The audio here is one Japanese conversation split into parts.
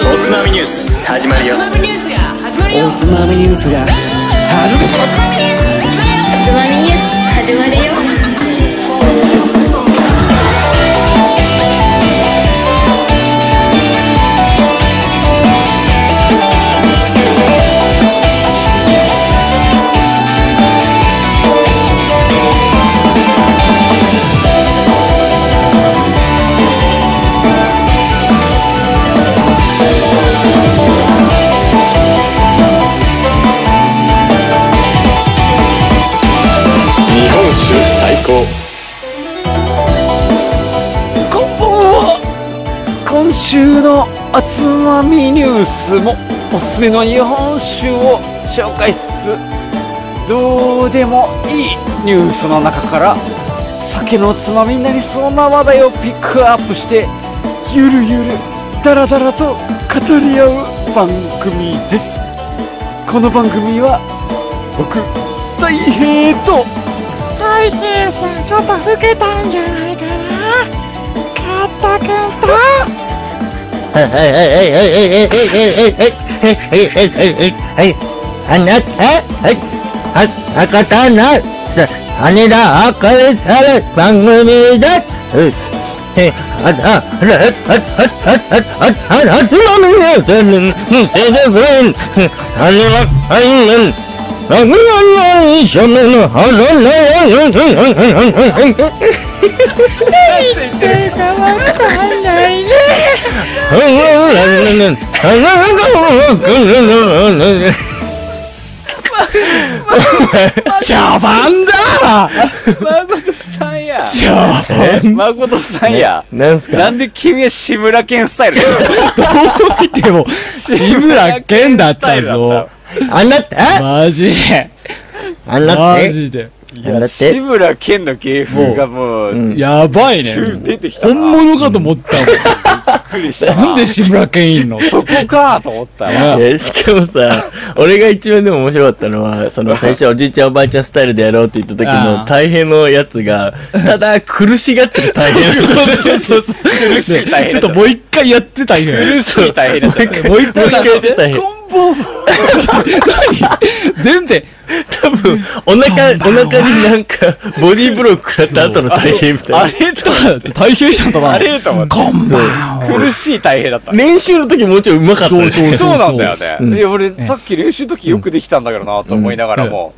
ース始まるよつまみニュースが始まるよおつまみニュースおつまがみニュース始まるよつまみニュース始まるよ日本酒最高こんばんは今週のおつまみニュースもおすすめの日本酒を紹介しつつどうでもいいニュースの中から酒のつまみになりそうな話題をピックアップしてゆるゆるだらだらと語り合う番組ですこの番組は僕大平と大平さんちょっと老けたんじゃないかなカッタ君とはい、あなた、はい、あ、赤たな、羽田赤いさる番組だ。え、あ、あ、あ、あ、あ、あ、あ、あ、あ、あ、つまみに、せん、せん、せん、あれは、はい、あぐらの一緒のはずなよ、っていうかわかんないね茶番だ誠さんや茶番誠さんやなんすなんで君は志村けんスタイルどう見ても、志村けんだったぞ。あな たマジで。あなたマジで。あな志村けんの芸風がもう、やばいね。 急に出てきたな本物かと思ったびっくりしたもん。なんで志村けんいんのそこかと思ったわねいやしかもさ、俺が一番でも面白かったのは、その最初おじいちゃんおばあちゃんスタイルでやろうって言った時あのー大変のやつが、ただ苦しがってる大変 そうそうそう。苦しい大変ちょだっともう一回やってたいね。苦しい大変だったねもう一もう一回やってた大変。回。全然。多分、お腹、お腹になんか、ボディーブロー食らった後の大変みたあいな。れとかだって大変したんだな。あれと思ってこんばんは。苦しい大変だった練習の時もうちょいうまかったね。そうそうなんだよね、いや俺さっき練習の時よくできたんだけどなと思いながらも、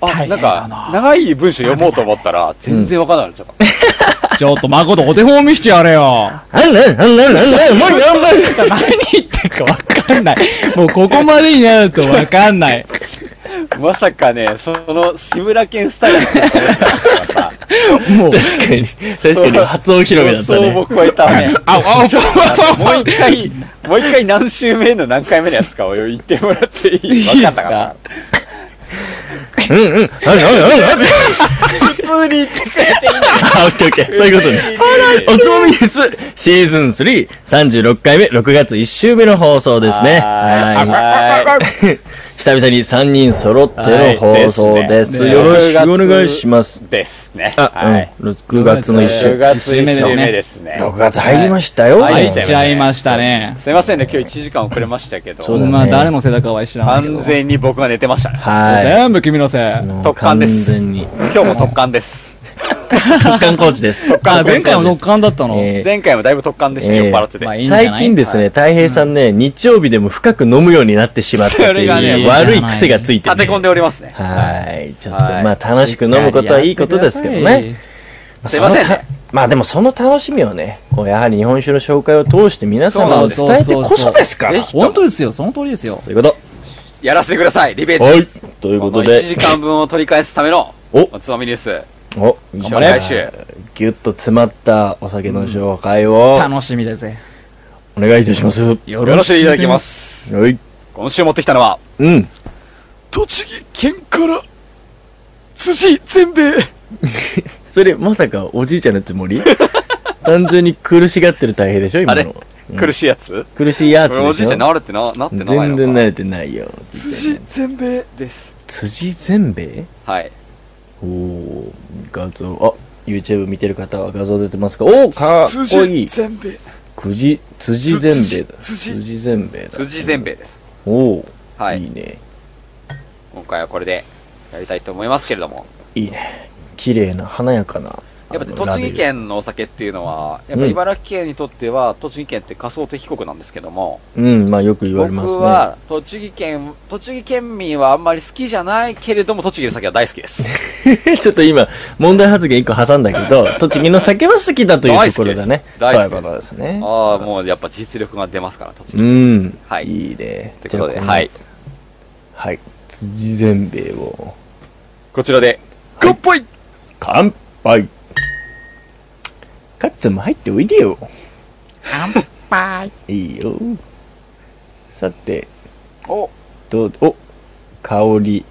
あなんか長い文章読もうと思ったら全然わかんなくなっちゃった、ちょっと誠お手本を見せてやれよ。あんなん、あんなん、あんなん、もうやんばい。何言ってるかわかんない。もうここまでになるとわかんない。まさかねその志村けんスタイルってもう。確かに。確かに、初お披露目だ予った想ね。を超えたねあ、 あ、もう一回、もう一回何週目の何回目のやつかを言ってもらっていい分かんなかっうんうん。あんなん、あんなん、あんなん。た。普通に言ってくれていいんだあ、オッケーオッケー。そういうことね。おつまみニュースシーズン3、36回目、6月1週目の放送ですね。は。はい久々に3人揃っての放送です。はいよろしくお願いしまいす。。ですね。はあい。、うん。6月の1 10週。月1週目ですね。 6月入りましたよ。は入いっちゃいましたね。すいませんね、今日1時間遅れましたけそど、うだねまあ誰のせいだかは知らんけど完。全に僕が寝てましたね。は全部君のせい。い。特感です完全に。今日も特感です。特感コーチです。あ、前回も特特感だったの。えー前回もだいぶ特感でした、え酔ーっ払っててま。あいいんじゃない最近ですね、たい平さんね、日曜日でも深く飲むようになってしまったそとれいがねう悪い癖がついて立て込んねでおりますね。はい。ちょっと、はいまあ楽しく飲むことはいいことですけどね。。すいませんねそのたまあでもその楽しみをね、こうやはり日本酒の紹介を通して皆様を伝えてこそですから。ぜひ本当ですよ、その通りですよ。ということ。やらせてください、リベンジ。はい。というこことの1で、時間分を取り返すためのおおつまみニュース。お、張れじゃあぎゅっと詰まったお酒の紹介を楽しみですね。お願いいたします。はよよ。ろしくいただきますす。い。今週持ってきたのは、うん。栃木県から、寿司全米それ、まさかおじいちゃんのつ もり単純に苦しがってる大変でしょ今あれの。苦しいやつ苦しいやつこでれしょおじいちゃん慣れてな、なって全なないの然か慣れてないよ。寿司全米です。辻全米はい。おー、画像、あ、YouTube 見てる方は画像出てますかおー、かっこいい。全米。くじ、辻つ全米だ。辻辻全米だ。辻全米ですおお、、はいいいね。今回はこれでやりたいと思いますけれどもいいね。綺麗な、華やかな。やっぱねあの栃木。ラ県のお酒っていうのはやっぱうん茨城県にとっては、栃木県って仮想敵国なんですけどもベルうん、まあよく言われますね。僕は栃木県栃木県民はあんまり好きじゃないけれども栃木の酒は大好きです ちょっと今、問題発言一個挟んだけ ど、栃木の酒は好きだというところだね。大そうい好うきですことですね。ああもうやっぱ実力が出ますから栃木、うっん。はいいいね。てことでじゃあはい。のはい。辻全米を、こちらで乾杯、乾杯カッツンも入っておいでよ。バイ。いいよ。さて、おどう、お、香り、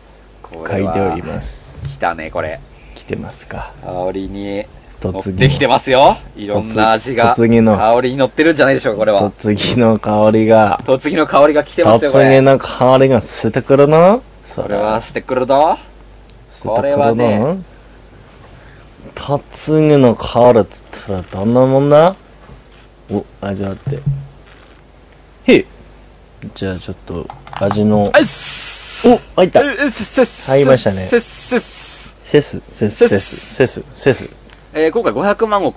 こ嗅れいでおりはます。来たねこれ来てますか。香りに乗っ突てきて撃。ますよいろんな味が突撃の香りに乗ってるんじゃないでしょうかこれは突撃の香りが、栃木の香りが来てますよこ突撃れの香りがしてくるな。そこれは捨てくるぞこれはね、タツグのカールっつったらどんなもんだお、味わって。へいじゃあちょっと、味の、あっすお、開いたええせっせっせ入りましたねせっせっせセス、セス、セスセス、セス、セス。えー今回500万石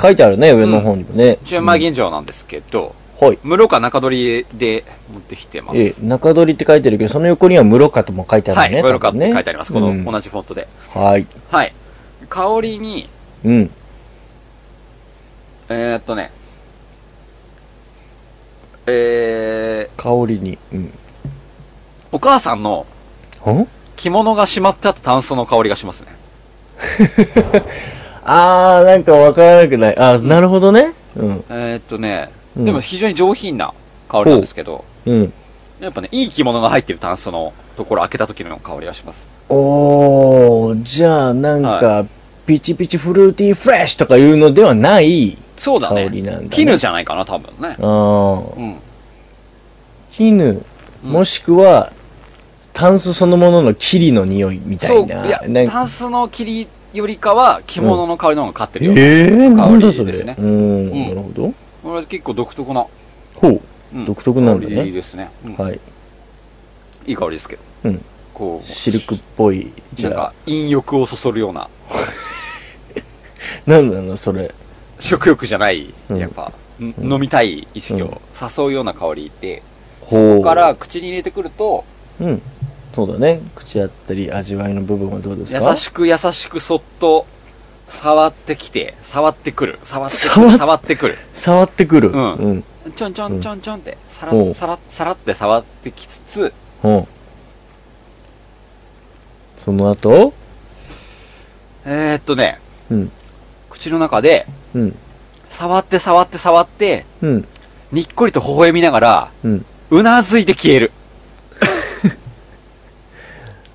書いてあるね、上の方にもね。純米吟醸なんですけど、はい。室か中取りで持ってきてます。え、中取りって書いてるけど、その横には室カとも書いてあはい、るね。室か多っ分てね書いてあります。こうのん同じフォントで。はい。はい。香りに、うん。えー、っとね、え香りに。うん。ー、お母さんのん着物がしまってあった炭素の香りがしますね。あー、なんかわからなくない。あー、なるほどね。うん。えー、っとね、うんでも非常に上品な香りなんですけど、うん。やっぱね、いい着物が入ってる炭素のところ開けた時の香りがします。おー、じゃあなんか、ピチピチフルーティーフレッシュとかいうのではない。そうだね。香りなんだね絹じゃないかな、多分ねあ。ー、うん。絹、うんもしくは、タンスそのものの霧の匂いみたそ、いういな。や、なんタンスの霧よりかは着物の香りの方が勝ってるえよ。ー、なんだそ香りれ。ですねうーん、うんなるほど。これは結構独特な、ほう、うん独特なんだ香りね。ですね、うんはい。いい香りですけど。うんこう、シルクっぽい。じなんゃあか、陰欲をそそるような、なんなのそれ。食欲じゃない、うんやっぱ、ん飲みたい意識うんを誘うような香りで、ほう。ここから、口に入れてくると、うん。そうだね。口あったり、味わいの部分はどうです優かしく優しくそっと、触ってきて、触ってくる、触ってく触っる、触ってくる。触ってくる。うんうん。ちょんちょんちょんちょんって、さらおうっ、さらっ、さらって触ってきつつ、うん。その後えー、っとね、うん。口の中で、うん。触って触って触って、うん。にっこりと微笑みながら、うん。うなずいて消える。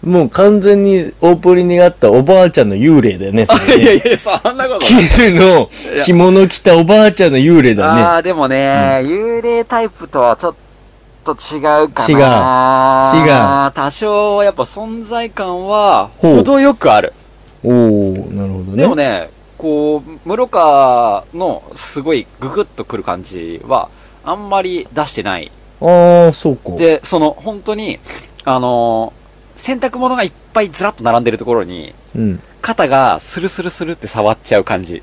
もう完全にオープニングにあったおばあちゃんの幽霊だよね、それね。 いや、そんなこと絹の着物着たおばあちゃんの幽霊あだね。あ、でもね、幽霊タイプとはちょっと違うかな。違う違う。多少はやっぱ存在感は、ほう程よくある。おー、なるほどね。でもね、こう、室川のすごいググッとくる感じは、あんまり出してない。ああ、そうか。で、その、本当に、あのー洗濯物がいっぱいずらっと並んでるところに、うん。肩がスルスルスルって触っちゃう 感じ。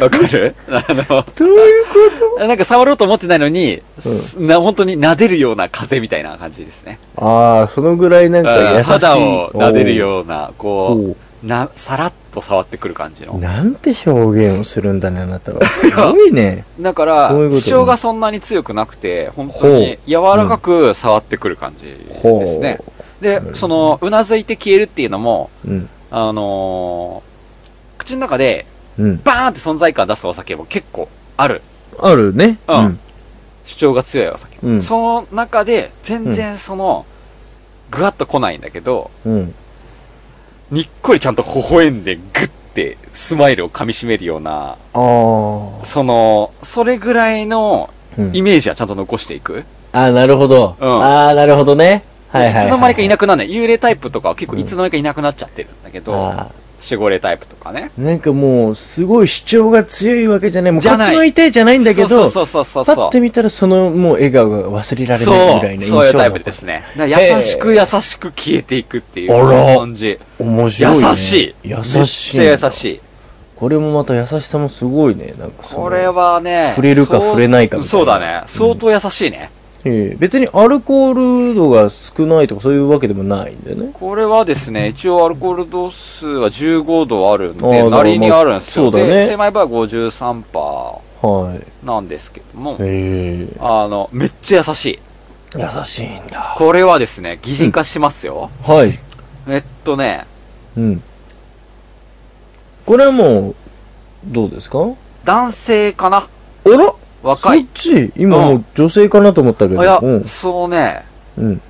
わかるあの、どういうこなんか触ろうと思ってないのに、すな本当に撫でるような風みたいな感じですね。とああ、そのぐらいなんか優しい。肌を撫でるような、おこー。う、な、さらっと触ってくる感じおーの。なんて表現をするんだね、あなた は。すごいね。だから、そういうことね主張がそんなに強くなくて、本当に柔らかく触ってくる感じほう。ですね。で、その、うなずいて消えるっていうのも、うん。あのー口の中でうん。バーンって存在感出すお酒も結構ある。あるね。うん。主張が強いお酒。うんその中で、全然その、ぐわっと来ないんだけど、うん。にっこりちゃんと微笑んで、ぐって、スマイルを噛み締めるような、ああ。その、それぐらいのうんイメージはちゃんと残していく。ああ、なるほど。うんああ、なるほどね。はいはいいはい。つの間にかいなくくならない。幽霊タイプとかは結構いつの間にかいなくなっちゃってるんだけど、ああ守護霊タイプとかね。なんかもう、すごい主張が強いわけじゃない。もうじこゃっないちの痛いじゃないんだけど、そうそうそうそうパそっう。て見たらそのもう笑顔が忘れられないぐらいの印そ象う、そういうのタイプですね。だから優しく優しく消えていくっていうあら感じ。面白い、ね。優しい。優しい。めっちゃ優しい。これもまた優しさもすごいね。なんかそのこれはね、触れるそかう触れないかみたいなそうだね。相当優しいね。ええ別にアルコール度が少ないとかそういうわけでもないんだよね。これはですね、一応アルコール度数は15度あるんあーなるで、ほどなりにあるんですよ。そうだねで、狭い場合は53%はい。なんですけども、えあの、めっちゃ優しい。え優しいんだ。これはですね、擬人化しますよ。はい。えっとね、うん。これはもう、どうですか男性かなあら若い。そっち今もう女性かなと思ったけど。あいや、うん。そうね、うん。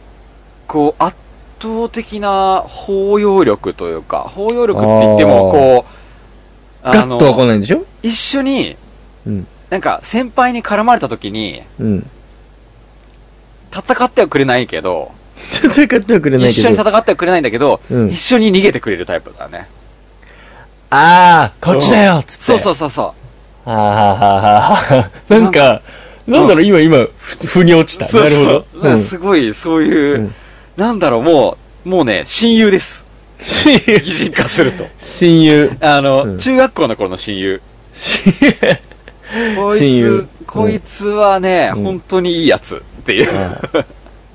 こう、圧倒的な包容力というか、包容力って言っても、あこう、ガッとは来ないんでしょ一緒に、うんなんか先輩に絡まれた時に、うん。戦ってはくれないけど、戦ってはくれないけど。一緒に戦ってはくれないんだけど、うん一緒に逃げてくれるタイプだね。ああ、こっちだよつって。そうそうそうそはあはあはあはあなんか、なんだろう、今、今、ふ、腑に落ちた。う。なるほどそうそう。なんかすごい、そういう、うんなんだろう、もう、もうね、親友です。親友。擬人化す ると。親友。あの、うん中学校の頃の親友。親友。こい親友つ、こいつはね、うん本当にいいやつっていう。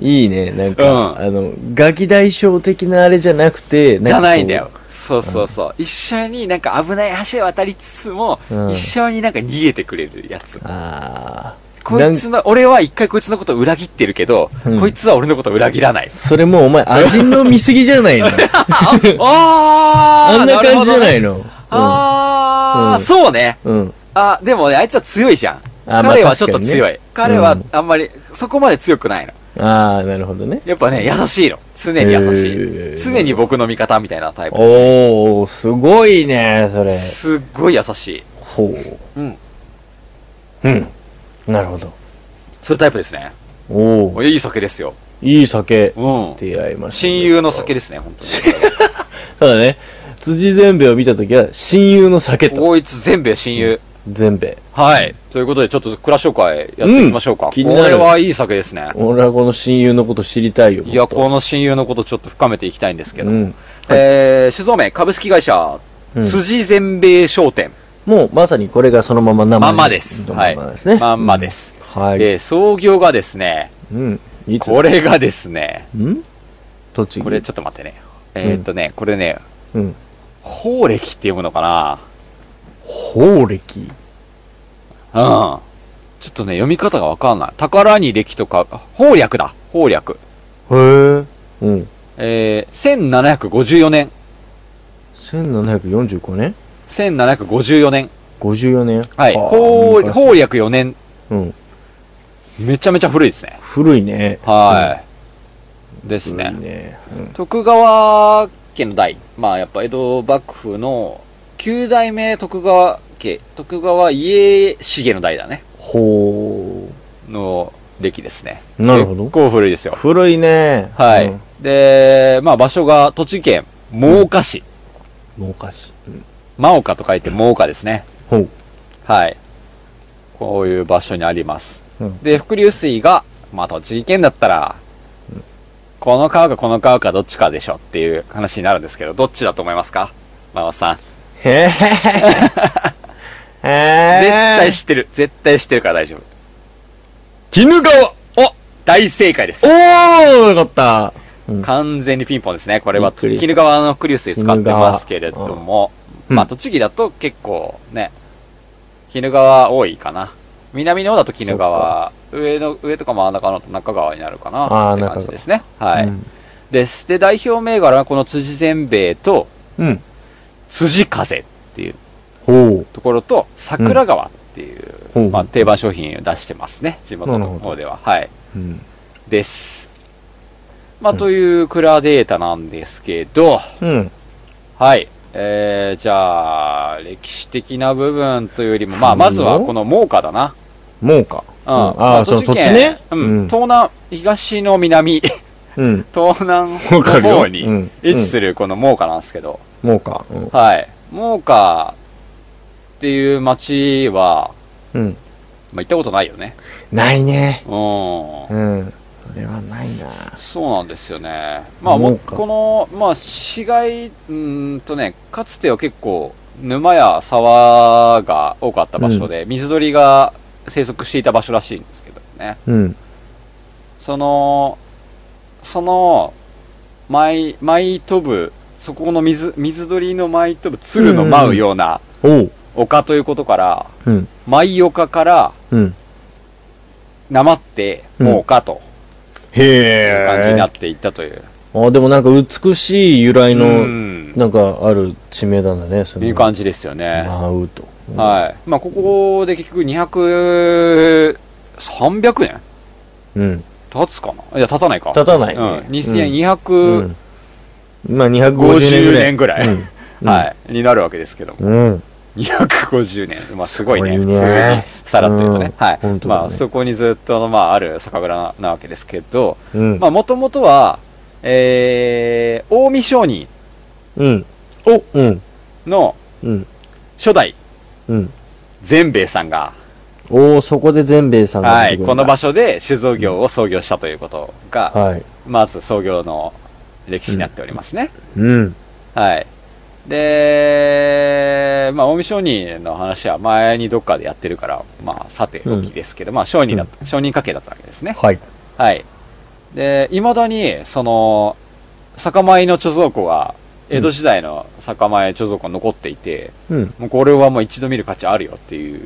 いいね、なんか、うんあの、ガキ大将的なあれじゃなくて、じゃないんんだかよ。そうそうそう。一緒になんか危ない橋を渡りつつも、うん一緒になんか逃げてくれるやつ。こう。ああ。こいつの、俺は一回こいつのことを裏切ってるけど、うんこいつは俺のことを裏切らない。それもうお前、味の見すぎじ ゃないの。あー あんな感じじゃないのの。あー、うんそうね。うん。うん。あ、でもね、あいつは強いじゃん。あまあ彼はちょっと強い。彼うはんあんまり、そこまで強くないの。ああ、なるほどね。やっぱね、優しいの。常に優しい。へー常に僕の味方みたいなタイプでおー、すごいね、それ。す。すっごい優しい。ほう。うん。うん。なるほど。そういうタイプですね。おー、いい酒ですよ。いい酒。うん。出会いました。親友の酒ですね、本当に。そうだね。辻善兵衛を見たときは、親友の酒と。こいつ全米親友。善兵衛。はい。ということで、ちょっと蔵紹介やっていきましょうか。うんこ気になれるはいい酒ですね。俺はこの親友のこと知りたいよ。いや、ここの親友のことちょっと深めていきたいんですけど。うん。えー、酒造名、株式会社、うん辻全米商店。もう、まさにこれがそのまま生まんまです。まはんい。まですね。まんまです。はい。で、創業がですね、うん。いつこれがですね、ん栃木。これちょっと待ってね。えーっとね、これね、うん。法暦って読むのか法暦。なうん。ちょっとね、読み方がわかんない。宝に暦とか、法略だ。法略。へえ。うん。えー、1754年。 1745年1754年。 ?54 年はい。あー法、昔法略4年。うん。めちゃめちゃ古いですね。古いね。はい。ですいいね。ね。徳川家の代。まあ、やっぱ江戸幕府の9代目徳川家、徳川家重の代だね。ほの歴ですね。う。なるほど結。構古いですよ。古いね。はい。うんで、まあ、場所が栃木県真岡市。もうおかしい。うん真岡と書いて真岡ですね。ほう。はい。こういう場所にあります。うんで、伏流水が、まあ、栃木県だったら、この川かこの川かどっちかでしょっていう話になるんですけど、どっちだと思いますか馬場さん。 へえ。絶対絶知ってる。絶対知ってるから大丈夫。絹川お大正解です。おーよかった完全にピンポンですね。これは、びっくりした鬼怒川の伏流水使ってますけれども、うんまあ、栃木だと結構ね、鬼怒川多いかな。南の方だと鬼怒川、上の、上とか真ん中のと中川になるかな、あーって感じですね。はい。うんです。で、代表銘柄はこの辻善兵衛と、うん。辻風っていうほう。ところと、桜川っていう、ほう。まあ、定番商品を出してますね。地元の方では。はい。うん。です。まあ、というクラデータなんですけど、うん。はい。えー、じゃあ、歴史的な部分というよりも、まあ、そうなまのずはこの猛火だな。もうか。うん。あまあ、その栃木土地県ね。うん。東南、東の南 うん。東南わかのるよ方うにん位置するこの猛火なんですけど、もうか。うんはい。猛火っていう街は、うん。まあ、行ったことないよね。ないね。うん。うん。それはないな。そうなんですよね。まあ、ももうかこの、まあ、市街、うーんとね、かつては結構、沼や沢が多かった場所で、水鳥が生息していた場所らしいんですけどね。うん。その、その、舞い、舞い飛ぶ、そこの水、水鳥の舞い飛ぶ、鶴の舞うようなおう。丘ということから、うん。舞丘から、うん。なまって、うんもうかとへいうえ。感じになっていったという。あ、でもなんか美しい由来うの、ん。なんかある地名なんだね。そのいう感じですよね。マウと。はい。まあ、ここで結局200、300年うん。経つかないや、経たないか。立たないね。うん。う2250んまあ250年年ぐぐららいい。うんはい。になるわけですけども。 うん。 250年。まあ、すごいね。す普ごい通ねにさらっと言うとね。うんはい本。当だねまあ、そこにずっと、まあ、ある酒蔵ななわけですけど、うん。まあ、もともとは、えー、近江商人うん。おうん。のうん。初代うん。善兵衛さんが、おおそこで全兵衛さんがは出てい、くるんこだの場所で酒造業を創業したということが、はい。まず創業の歴史になっておりますね。うん。はい。で、まあ、近江商人の話は前にどっかでやってるから、まあ、さておきですけど、まあ、商人だった、商人家系だったわけですね。はい。はい。で、未だに、その、酒米の貯蔵庫が、江戸時代の酒米貯蔵庫に残っていて、うん。もうこれはもう一度見る価値あるよっていう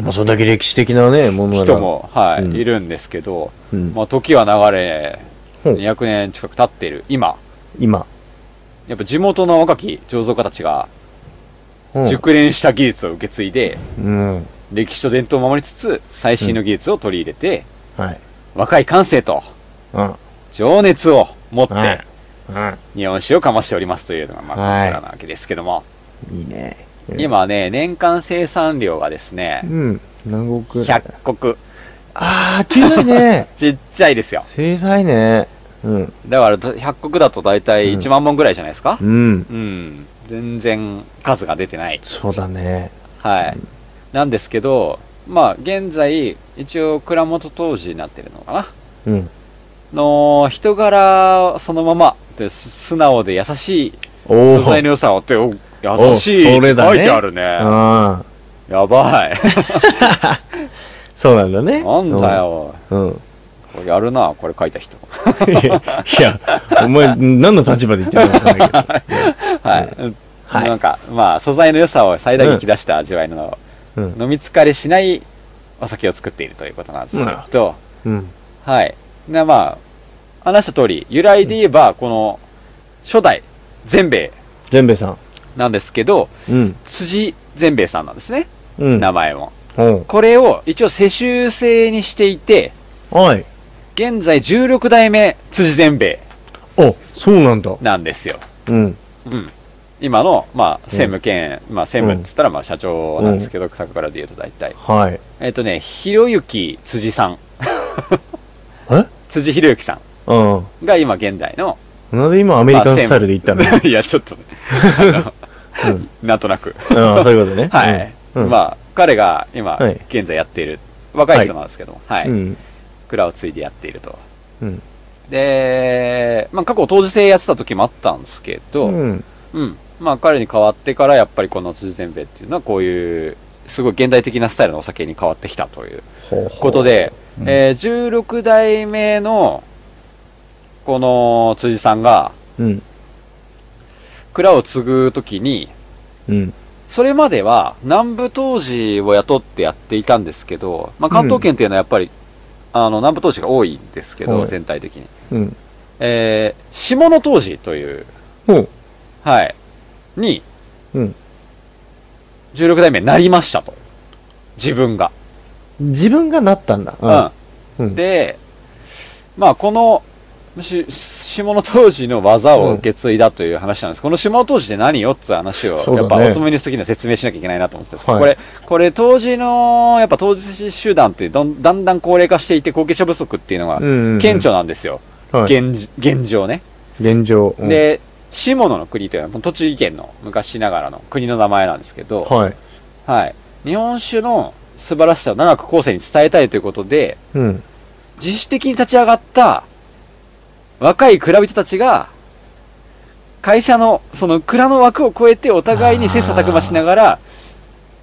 まあ、それだけ歴史的なね、ものなら人。も、はい、うんいるんですけど、うんまあ、時は流れ、ほう200年近く経ってる今、今。やっぱ地元の若き醸造家たちが、うん熟練した技術を受け継いで、うん。歴史と伝統を守りつつ、最新の技術を取り入れて、はい。若い感性とうん。情熱を持って、はい。うん。日本酒をかましておりますというのが、まあ、はいこちらなわけですけども、いいね。今ね、年間生産量がですうね、ん。南国。 100国。ああ、小さいね。 ちっちゃいですよ。小さいね。うん。だから、ど100国だと大体1万本ぐらいじゃないですかう、ん。うん、全然数が出てない。そうだね。はい。なんですけど、まあ、現在、一応、蔵元当時になってるのかなうん。の、人柄そのまま、で素素直で優しいお素お。材の良さをって、お優しい。おそれだね書いてあるね。うん。やばい。 そうなんだね。なんだ。よ。うん。 これやるな、これ書いた人。いや、お前、何の立場で言ってるのかわかんないけど。はい。はいなんか、まあ、素材の良さを最大限引き出した味わいの、うん飲み疲れしないお酒を作っているということなんですけど、うん。はい。で、まあ、話した通り、由来で言えば、この、初代、善兵衛全兵衛さなんですけど、ん。うん。辻善兵衛さんなんですね。うん。名前も。うん。これを一応世襲制にしていて、おい。現在16代目辻善兵衛お、そうなんだ。なんですよ。うん。うん。今の、まあ、専務兼、まあ、専務って言ったら、まあ、社長なんですけど、酒からで言うと大体。はい。えっ、とね、ひろゆき辻さん、え辻ひろゆきさうん。んが今現代の、 なんで今アメリカンスタイルで言ったのいや、ちょっとね、あのなんとなく。うん、そういうことね。 はい。うん。まあ、彼が今はい、現在やっている、若い人なんですけども、はい。うん。蔵を継いでやっていると。うん。で、まあ、過去当時制やってた時もあったんですけど、うん。うん。まあ、彼に代わってから、やっぱりこの辻せんべいっていうのは、こういう、すごい現代的なスタイルのお酒に変わってきたというほうこほとで、えー16代目の、この辻さんが、う。うん。蔵を継ぐときに、うん。それまでは南部当時を雇ってやっていたんですけど、まあ、関東圏というのはやっぱり、あの、南部当時が多いんですけど、はい全体的に。うん。えー下の当時という、ほう。はい、に、うん。 16代目になりましたと。自分が。自分がなったんだ。うん。うんで、まあ、この、し下の当時の技を受け継いだという話なんです。この下の当時って何よって話を、そうだやっねぱおつもりの人的には説明しなきゃいけないなと思ってたんですけど、はいこれ、これ当時の、やっぱ当時集団ってどんだんだん高齢化していて後継者不足っていうのがうんうんうん顕著なんですよ。ははい。現現状ね。現状。うん、で、下野の国というのはもう栃木県の昔ながらの国の名前なんですけど、はい。はい。日本酒の素晴らしさを長く後世に伝えたいということで、うん。自主的に立ち上がった若い蔵人たちが、会社の、その蔵の枠を超えてお互いに切磋琢磨しながら、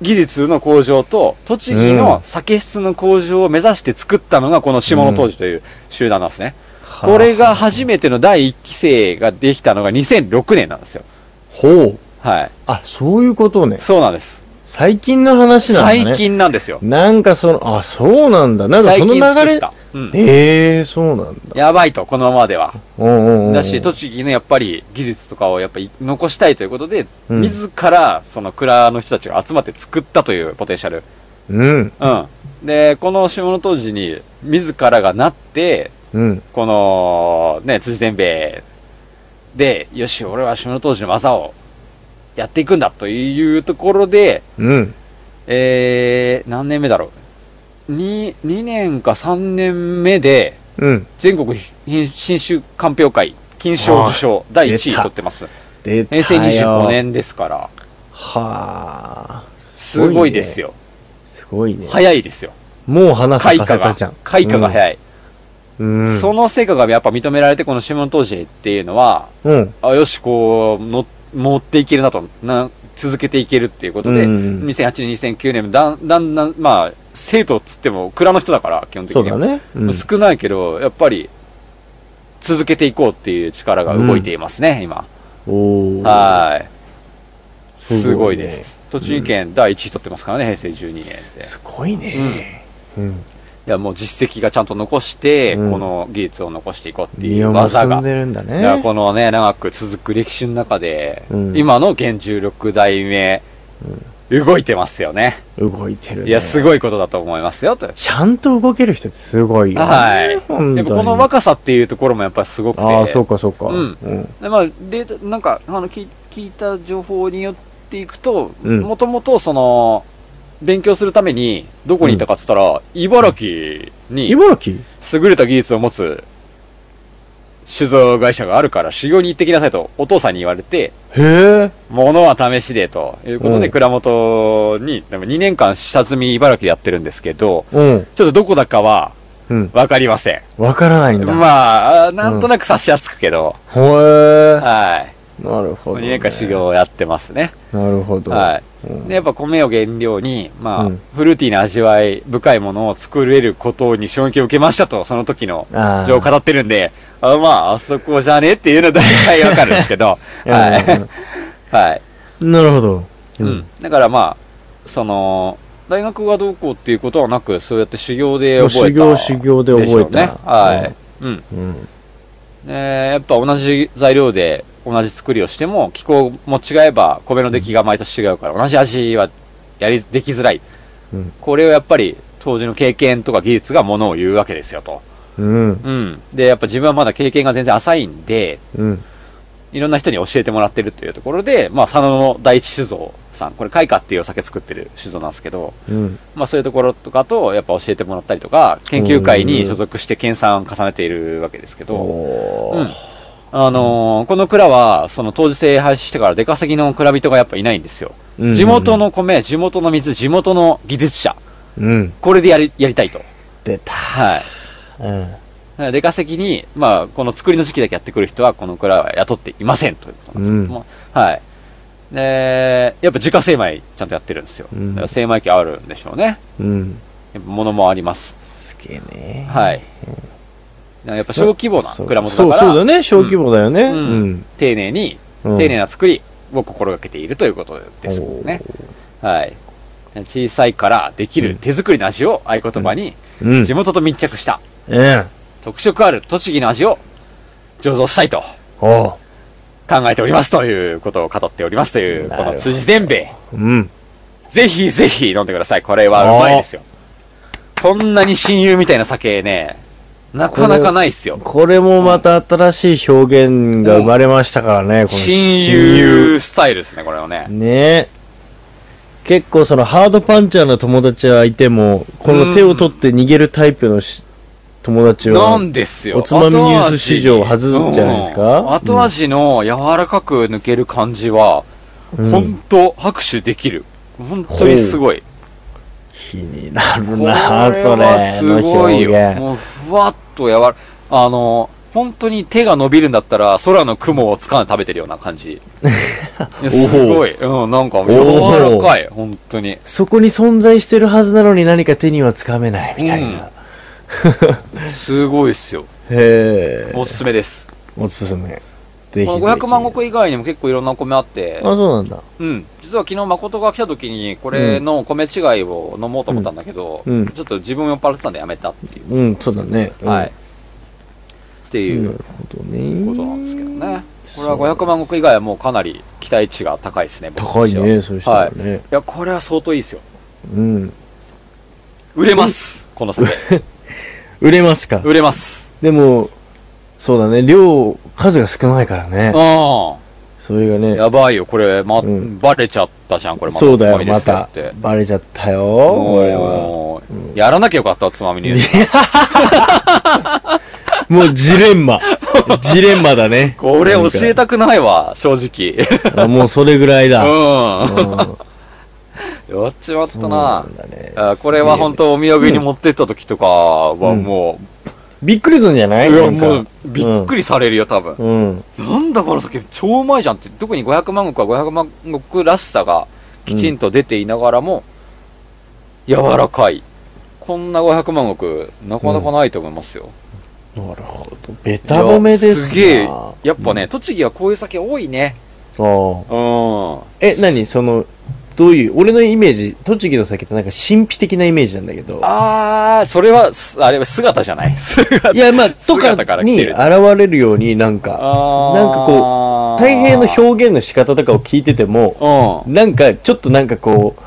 技術の向上と、栃木の酒質の向上を目指して作ったのが、この下野当時という集団なんですね。これが初めての第1期生ができたのが2006年なんですよ。ほう。はい。あ、そういうことね。そうなんです。最近の話なんだね。最。近なんですよ。なんかその、あ、そうなんだ。なんか最その近流作っれ。た。うん。ええー、そうなんだ。やばいと、このままでは。うんうんうん。だし、栃木のやっぱり技術とかをやっぱり残したいということで、うん自らその蔵の人たちが集まって作ったというポテンシャル。うん。うん。で、この下の当時に自らがなって、うん。この、ね、辻善兵衛で、よし、俺は下の当時の技をやっていくんだというところで、うん。えー、何年目だろう。2、2年か3年目で、うん。全国品新酒鑑評会、金賞受賞、第1位出た取ってます。で、平成25。年ですから、はあ。すごいですよ。すごいね。早いですよ。もう話開咲か花せたがじゃん。。開花が早い。うん。うん。その成果がやっぱ認められて、この下野当時っていうのは、うん。あ、よし、こう、の、持っていけるなと、な、続けていけるっていうことで、うん2008年、2009年もだん、だんだん、まあ、生徒っつっても、蔵の人だから、基本的そうには。だね。うん。少ないけど、やっぱり、続けていこうっていう力が動いていますね、今。おー。はい。すすごごいいねです。栃木県第1位取ってますからね、平成12年で。すごいね。うん。いや、もう実績がちゃんと残して、うんこの技術を残していこうってい身うを技結がん。でるんだね。いや、このね、長く続く歴史の中で、うん今の現16代目、動いてますよね。動いてる、ね。いや、すい。ごいことだと思いますよ、と。ちゃんと動ける人ってすごいよ、ね。はい。やっぱ本当にこの若さっていうところもやっぱすごくて。ああ、そうかそうか。うんうん。でまあ、データ、なんか、あの、聞い聞いた情報によっていくと、うんもともと、その、勉強するために、どこにいたかっつったら、茨城に、茨城優れた技術を持つ、酒造会社があるから、修行に行ってきなさいと、お父さんに言われて、へえ。物は試しで、ということで、うん蔵元に、でも2年間下積み茨城でやってるんですけど、うん。ちょっとどこだかは、うん。わかりません。わからないんだ。まあ、なんとなく察しはつくけど、ほえ。はい。なるほど、 2ね。年間修行をやってますね。なるほど。はい。で、やっぱ米を原料に、まあ、うんフルーティーな味わい、深いものを作れることに衝撃を受けましたと、その時のあー情を語ってるんで、あまあ、あそこじゃねっていうのは大体わかるんですけ ど、はうい。はい。い。なるほど。う。ん。だからまあ、その、大学がどうこうっていうことはなく、そうやって修行で覚えた、もう修行修行で覚えたしょうね。はい。うん。うん。でやっぱ同じ材料で同じ作りをしても気候も違えば米の出来が毎年違うから同じ味はやりできづらい、うんこれをやっぱり当時の経験とか技術がものを言うわけですよと、ううん。ん、でやっぱ自分はまだ経験が全然浅いんでうん。いろんな人に教えてもらってるというところで、まあ、佐野の第一酒造さんこれ開花っていうお酒作ってる酒造なんですけど、うん。まあ、そういうところとかとやっぱ教えてもらったりとか研究会に所属して研鑽を重ねているわけですけど、おうんー。あのーこの蔵は、その当時制廃止してから出稼ぎの蔵人がやっぱいないんですよ。うん地元の米、地元の水、地元の技術者。うん。これでやり、やりたいと。出た。はい。うん。だから出稼ぎに、まあ、この作りの時期だけやってくる人は、この蔵は雇っていませんということなんですけども。はい。で、やっぱ自家精米ちゃんとやってるんですよ。うんだから精米機あるんでしょうね。うん。やっぱ物もあります。すげえね。はい。だからやっぱ小規模なそう蔵元だから。そうそうだね。小規模だよね。ううんん。丁寧に、うん丁寧な作りを心がけているということですね。はい。小さいからできる手作りの味を合言葉に、うん地。元と密着したうん。特色ある栃木の味を醸造したいとおう。考えておりますということを語っておりますという、なこるほどの辻全兵衛。うん。ぜひぜひ飲んでください。これはうまいですよ。こんなに親友みたいな酒ね、なかなかないっすよ。これもまた新しい表現が生まれましたからね、この親友スタイルですね、これはね。ね結構そのハードパンチャーの友達はいてもこの手を取って逃げるタイプのし友達なは。んですよ。おつまみニュース史上後味初じゃないですうんか後味の柔らかく抜ける感じは、うんほんと拍手できる。本当にすごい。気になるこれなあそはれ。すごいあのよ。表現もうふわっと柔ら、あの、本当に手が伸びるんだったら、空の雲を掴んで食べてるような感 じ。いやすごい。うん、なんか柔らかい。本当に。そこに存在してるはずなのに何か手にはつかめないみたいな。うんすごいっすよ。へえ。おすすめです。おすすめ。ぜひぜひ。この500万石以外にも結構いろんなお米あってあ、、そうなんだ。うん。実は昨日誠が来た時に、これの米違いを飲もうと思ったんだけど、うんうんちょっと自分酔っ払ってたんでやめたっていう。うん、そうだね。うんはい。。っていなるうほどことなね。んですけどね。これそうは500万石以外はもうかなり期待値が高いですね、僕高としいてはね、そうしたらね。いや、これは相当いいですよ。うん。売れます、この酒。売れますか売れ ます。でも、そうだね、量、数が少ないからね。あそれがあ。ね、やばいよ、これ、ま、うんバレちゃったじゃん、これまた。そうだおつよ、みでますよたっ。バレちゃったて。よ、俺は。もうやらなきゃよかった、つまみに。 もうジレンマ。ジレンマだね。これ教えたくないわ、正直。あもうそれぐらいだ。うん。うんやっちまったそうなんだねあこれは本当お土産に持ってった時とかはもびっくりするんじゃなう、いいやなんかもうびっくりされるよ多分、うん。なんだこの酒超うまいじゃんって特に500万石は500万石らしさがきちんと出ていながらも、柔らかいこんな500万石なかなかないと思いますよ、なるほど。ベタ褒めですいやすげえなやっぱね、栃木はこういう酒多いねああうんえ、何その、どういう、俺のイメージ、栃木の酒ってなんか神秘的なイメージなんだけど。あーそれはすあれは姿じゃ ない姿いや、まあ、とか姿から来にてる現れるようになんか、なんかこ太平の表現の仕方とかを聞いてても、うんなんか、ちょっとなんかこう、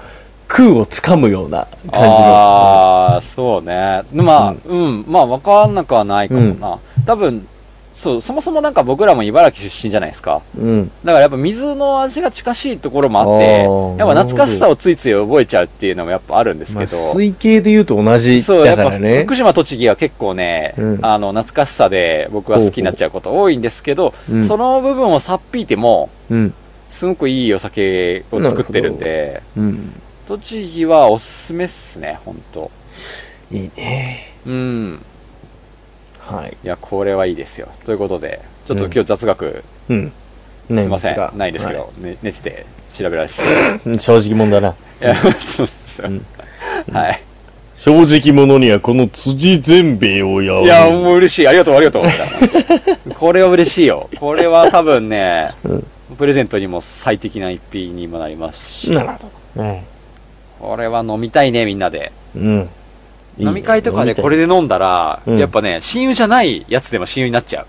空をつかむような感じの。ああ、そうね。まあ、うん、まあ、わかんなくはないかもな。多分、そう、そもそもなんか僕らも茨城出身じゃないですか。うん。だからやっぱ水の味が近しいところもあって、あやーっぱ懐かしさをついつい覚えちゃうっていうのもやっぱあるんですまけあ、ど。水系で言うと同じそう、やだっぱからね福。島、栃木は結構ね、うんあの、懐かしさで僕は好きになっちゃうこと多いんですけど、うんその部分をさっぴいても、うん。すごくいいお酒を作ってるんで、うん。栃木はおすすめっすね、ほんと。いいね。うん。はい。いや、これはいいですよ。ということで、ちょっと今日雑学、うん。すすいません、ないですけど、ね寝てて調べられてて。正直者だな。いや、そうですよ。はい。正直者にはこの辻全米をやいや、もう嬉しい。ありがとう、ありがとう。 これは嬉しいよ。これは多分ね、プレゼントにも最適な一品にもなりますし、なるほど。ねこれは飲みたいね、みんなで。うん。いいね飲み会とかでこれ。で飲んだら、うんやっぱね、親友じゃないやつでも親友になっちゃう。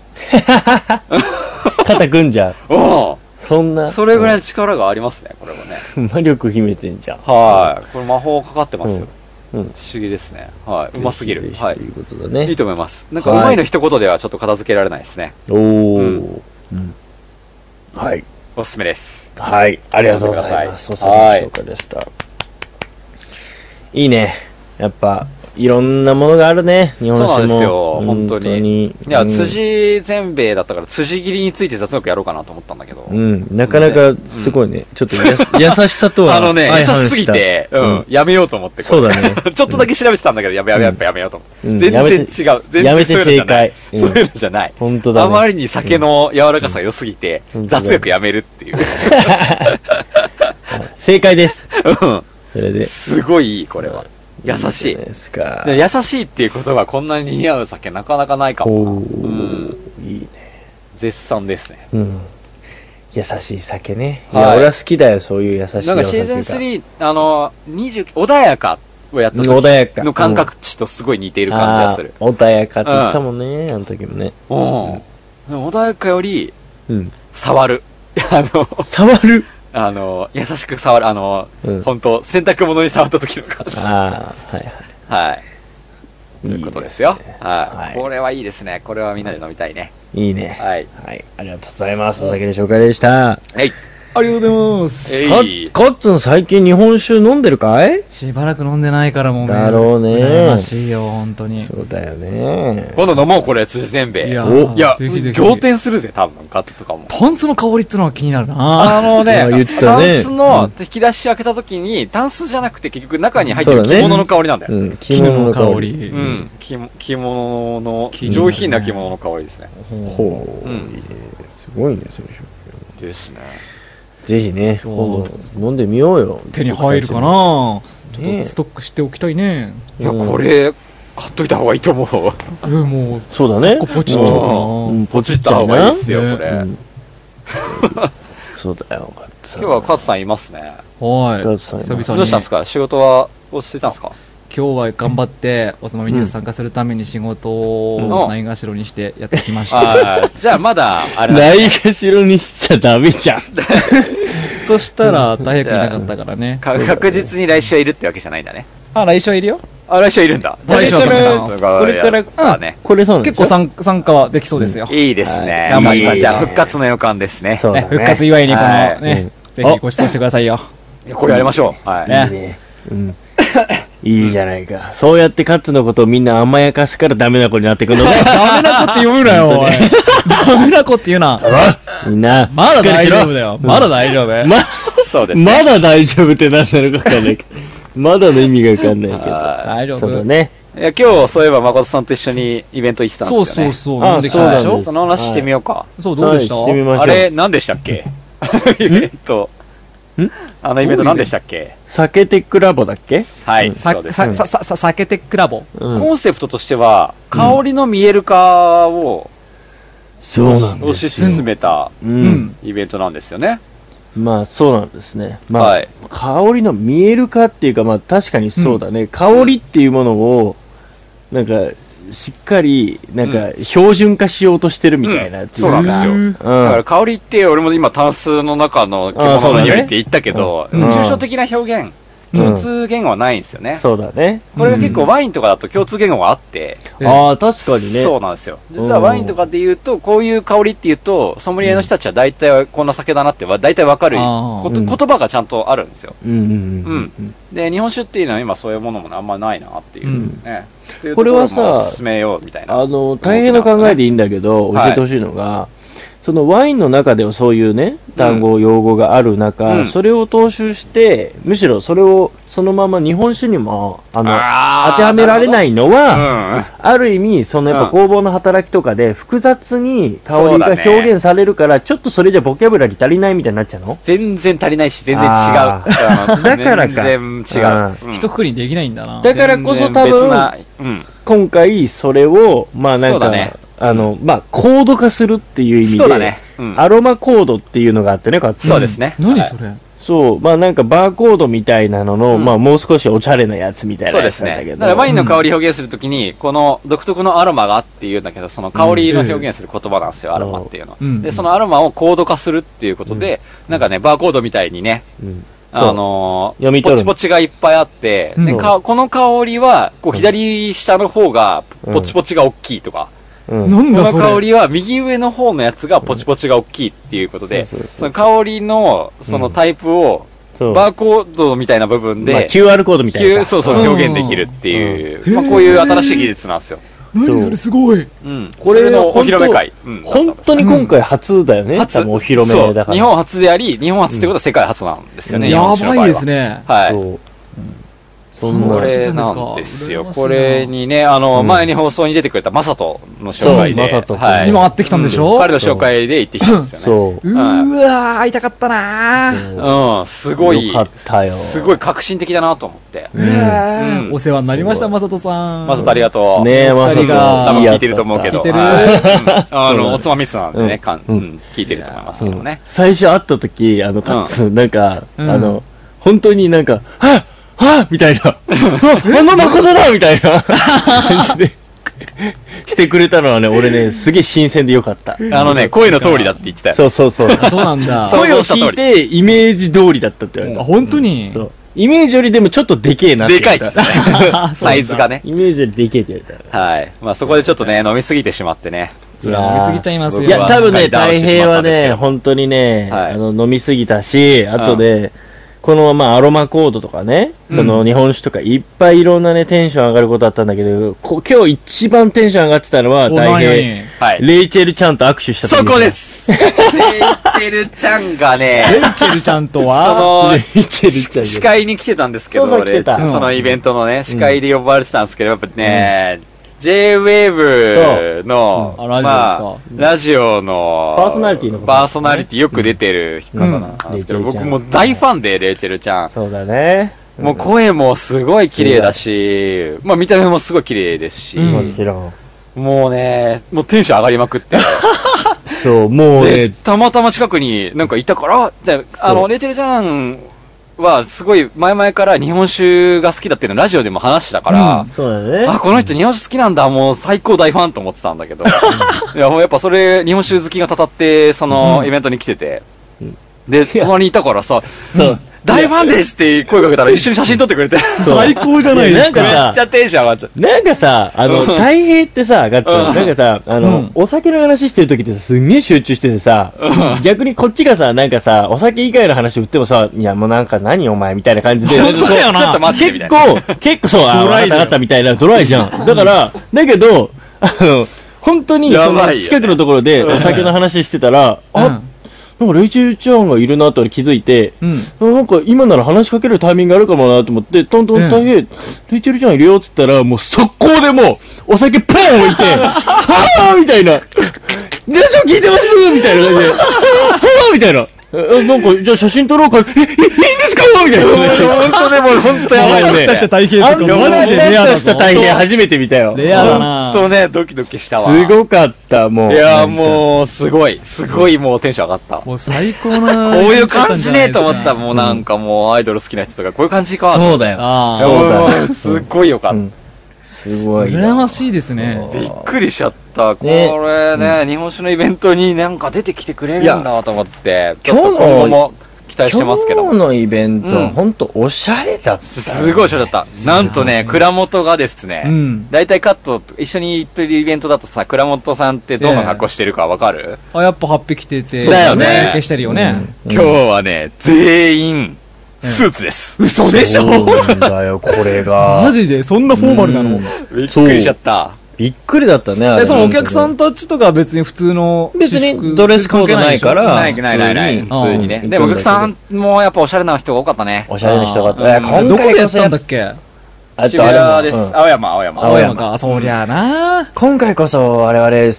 肩組んじゃう。うそんな。ん。それぐらいの力がありますね、これはね。うん。魔力秘めてんじゃん。はい。これ魔法かかってますよ。うんうん不思議ですね。はい。うますぎぜる。ひはいと。いうことだいいね。と思います。なんか、うはいまいの一言ではちょっと片付けられないですね。おー。うんはい。おすすめです。はい。ありがとうございます。お頑酒張っての紹介でした。いいね。やっぱ、いろんなものがあるね。日本酒も。そうなんですよ本当にいや、うん辻全米だったから、辻切りについて雑学やろうかなと思ったんだけど。うん、なかなかすごいね。ちょっとやす 優しさとはあのね、優相反しすぎしたて、ううんん、やめようと思って。これそ うだねちょっとだけ調べてたんだけど、やめやめやっぱやめようと思って。うん全や然め違てう。全やめ然てそういうのじゃない。正解そういうのじゃない。本当だねあまりに酒の柔らかさが良すぎて、うん雑学やめるっていう。正解です。うんそれ で。すごいいい、これは。優しいで。すか。で優しいっていう言葉こんなに似合う酒なかなかないかもな。おうーん。いいね。絶賛ですね。うん。優しい酒ね。いはや、い俺は好きだよ、そういう優しいお酒なが。んかシーズン3、あの、20、穏やかをやった時うん穏やかの感覚値とすごい似ている感じがする。あー穏やかって言ったもんね、あの時もね。うん。でも穏やかより、うん。触る。 あの、触るあの、優しく触る。あの、うん本当洗濯物に触った時の感じ。ああ、はいはい。はい。ということですよ。ははいい。これはいいですね。これはみんなで飲みたいね。いいね。はい。はい。ありがとうございます。お酒の紹介でした。はい。ありがとうございます。えかい。かっつん最近日本酒飲んでるかいしばらく飲んでないからもうだろうね羨ましいよ、本当に。いそうだよね。今度飲もう、これ、辻せんべい。いや、ー仰。天するぜ、多分、買ったとかも。タンスの香りってのは気になるな。あのねあ、言ってタたねンスの引き出し開けた時に、タンスじゃなくて結局中に入ってるそう着だね物の香りなんだよ。うん、着木物のの香香り。り。う。ん、着着物の、上品な着物の香りですね。ほう、うんすごいね、それ。ですね。ぜひね、おー今度飲んでみようよ。手に入るかなちょっねとストックしておきたいね。いや、うんこれ、買っといた方がいいと思う。え、もう、そうだねそこポチっちゃおうかうんポチった方がいいですよ、ねこれ。 そうだよ、かっつん。今日は勝さんいますね。な。はい。ダーツさんいます久々に。どうしたんですか仕事は落ち着いたんですか今日は頑張っておつまみに参加するために仕事うをんないがしろにしてやってきました、ああ、じゃあまだ、あれだないがしろにしちゃダメじゃん。そしたら大学いなかったからねか確実に来週はいるってわけじゃないんだね。あ来週はいるよあ、来週はいるんだ。来週ははこれからあね。これそうなんで結すよ構参参加はできそうですよ、いいですね。頑張りいいましょうじゃあ復活の予感ですね。そうだね、ね。復活祝いにこのはいね、ぜうんひご馳走してくださいよいやこれやりましょう。はい。ねいいね。うん。いいじゃないか。そうやってカッツのことをみんな甘やかすからダメな子になってくのね。 ダメな子って呼ぶなよおいダメな子って言うなみんな。まだ大丈夫だよ。よまだ大丈夫、ま、そうですね。まだ大丈夫って何なのかわかんないけど。まだの意味がわかんないけど。は大丈そ夫うだね。いいや、今日、そういえば、誠さんと一緒にイベント行ってたんそうですよそね。うそうあ飲んできたでしそうなんょでその話してみようか。そうどうでした、はいしてみましょあう。れ、何でしたっけ イベント。あのイベント何でしたっけ酒テクラボだっけはい、そうさですささささ酒てクラボうんコンセプトとしては、香りの見える化をそうなんで推し進めたう。うんイベントなんですよね。まあそうなんですね。まあ、はい香りの見える化っていうか、まあ確かにそうだね。香りっていうものを、なんか、しっかり、なんか、標準化しようとしてるみたいな、っていそうなんかですよ。うだかんら。香りって、俺も今、タンスの中の着あーそ物のうだね匂いって言ったけど、うん抽象的な表現、うん共通言語はないんですよね。そうだね。これが結構ワインとかだと共通言語があって、うんああ、確かにね。そうなんですよ。実はワインとかで言うと、こういう香りって言うと、ソムリエの人たちは大体こんな酒だなってわ、大体わかるあーこと、うん言葉がちゃんとあるんですよ。うんうんうんうん。で、日本酒っていうのは今そういうものもあんまないなっていううんね。というこれはところもさ進めようみたいな。あの、大変な考えでいいんだけど、は教いえてほしいのが、そのワインの中ではそういうね、単語、用語がある中、うんそれを踏襲して、むしろそれをそのまま日本酒にも、あの、あー当てはめられないのは、なるほある意味、そのやっうんぱ工房の働きとかで複雑に香そうりだがね表現されるから、ちょっとそれじゃボキャブラリー足りないみたいになっちゃうのど。全然足りないし、全然違う。あうんだからか 全然違ううん。一括りにできないんだなだからこそ多全然別分な、うん。今回それを、まあなそんうだか、ねあの、まあコード化するっていう意味で、そうだね。うんアロマコードっていうのがあってね、かつそうですね。何はいそれ、そう、まあなんかバーコードみたいなのの、うんまあもう少しおしゃれなやつみたいそなうでやつすなんだけね。ど。だからワインの香り表現するときに、この独特のアロマがっていうんだけど、その香りの表現する言葉なんですよ、アロマっていうのはう。んで、そのアロマをコード化するっていうことで、なんかね、バーコードみたいにね、うんそうあのー読み取ポるチポチがいっぱいあって、でうんかこの香りは、こう左下の方がポチポチが大きいとか、うんなんこだのそれ香りは右上の方のやつがポチポチが大きいっていうことで、そうそうそうその香りのそのタイプを、そうバーコードみたいな部分まあで、 QR コードみたいな急さ。そうそう、うん表現できるっていう、まあ、こういう新しい技術なんですよ。何それすごいうん。ここれれのお本披当露目会。うん本当に今回初だよね。初多分お披露目だそかうら。日本初であり、日本初ってことは世界初なんですよね。うん日や本酒の場合ばはいです。ねはい。そうそんなここれなんですよ。これににね、あの、うん前に放送に出てくれたマサトの紹介で。そうマサト君はい。今会ってきたんでしょ彼の紹介で行ってきたんですよね。そうわー会いたかったなーう。う。うん、すごいよか、ったよ。すごい革新的だなと思って。ねえうんお世話になりましたマサトさんマサトありがとう。ねえ、ま二さ人が多分いい聞いてると思うけど。聞いてるはいうんあそうだの、ねおつまみさんなんでね、かんううんん聞いてると思いますけどね。最初会った時、あの、かつ、なんか、うんあの、本当になんか、はぁはぁみたい な。あの誠だみたいな感じで、してくれたのはね、俺ね、すげえ新鮮でよかった。あのね、声の通りだって言ってたよ。そうそうそう。そうなんだ そう声を聞いて、イメージ通りだったって言あわれ本当にた。そう。イメージよりでもちょっとでけえなっでて言かわいれっつた。ってね サイズがね。イメージよりでけえって言われた。はい。まあそこでちょっとね、飲みすぎてしまってね。それ飲みすぎちゃいますよ。いや、多分スね、カイダウン大してし平まったはんですけね、ど本当にね、はいあの飲みすぎたし、あとで、このまあアロマコードとかね、その日本酒とかいっぱいいろんなね、テンション上がることあったんだけど、こ今日一番テンション上がってたのは、お、なに大平、はい。レイチェルちゃんと握手した時そこで。すレイチェルちゃんがレイね、チェルちゃんとは、その、レイチェルちゃん司が。会に来てたんですけど、そうそう来てた俺うんそのイベントのね、司会で呼ばれてたんですけど、やっぱね、J-Wave の、そうあラジオですかまあラジオの、パーソナリティのことパーソナリティよく出てる方なんですけど、うん僕も大ファンで、レイチェルちゃん。そうだね。もう声もすごい綺麗だし、まあ見た目もすごい綺麗ですし、うんもちろん。もうね、もうテンション上がりまくって。そう、もうで、ね、たまたま近くになんかいたから、であの、レイチェルちゃんはすごい前々から日本酒が好きだっていうのをラジオでも話してたから、そうだねあ、。この人日本酒好きなんだ、もう最高大ファンと思ってたん だけど、いや、もうやっぱそれ、日本酒好きがたたって、その、イベントに来てて、で、隣にいたからさ、そう。大ファンですって声かけたら一緒に写真撮ってくれて、め最高じゃないいでやなすんかか。さっち、ゃテンション上がった。なんかさ、あの、うん太平ってさ、ガッツうン、んなんかさ、あの、うんお酒の話してる時ってさ、すんげえ集中しててさ、逆にこっちがさ、なんかさ、お酒以外の話売ってもさ、いや、もうなんか何お前みたいな感じで、本当だよちょっとな。待って、みた結いな。構、結構そう、あ、ドラわかイだったよわかったみたいな、ドライじゃん。だから、だけど、あの、本当に、やばいそよのね近くのところでお酒の話してたら、あ、なんかレイチェルちゃんがいるなと俺気づいて、うん。うん。あなんか今なら話しかけるタイミングあるかもなと思って、トントン大変、レイチェルちゃんいるよっつったら、もう速攻でもう、お酒ポン置いて、はぁーみたいな、ラジオ聞いてますみたいな感じで、はぁーみたいな。えなんか、じゃあ写真撮ろうか、え、えいいんですかみたいな。本当でも、本当やばいやよばねい。出した大平あとか、んなマジでレアだ出しぞた。大変初めて見たよ。レアだ本な。当ね、ドキドキしたわ。すごかった、もう。いやーもう、すごい。すごいもうテンション上がった。こもう最高な。ういう感じねと思った。もうなんかもうアイドル好きな人とか、こういう感じか。う。そうだよ。ああ。そうだもうすっごいよかっうんすごいな。羨ましいですね。た。びっくりしちゃった。こねれね、日本酒のイベントになんか出てきてくれるんだと思って、ち今ょっ日のと今後も期待して今ますけど日。のイベント、うんほんとおしゃれだった。すごいおしゃれだった。なんとね、蔵元がですね、うん大体カット、一緒に行ってるイベントだとさ、蔵元さんってどんな格好してるかわかる、あ、やっぱ8匹てて。そうだよね日焼けしてるよね。今日はね、全員、スーツです。嘘でしょそうなんだよ、これ マが。ジでそんなフォーマルなのびっくりしちゃった。びっくりだったね、あれえ、そのお客さんたちとかは別に普通の別私に服ドレスコードないからないないないない。普普通通ににねね。でもお客さんもやっぱおしゃれな人が多かったね。おしゃれな人がった。あえーどこでやったんだっけあ渋谷です。青山、青山。青青山山か。そりゃあな。今回こそ我々、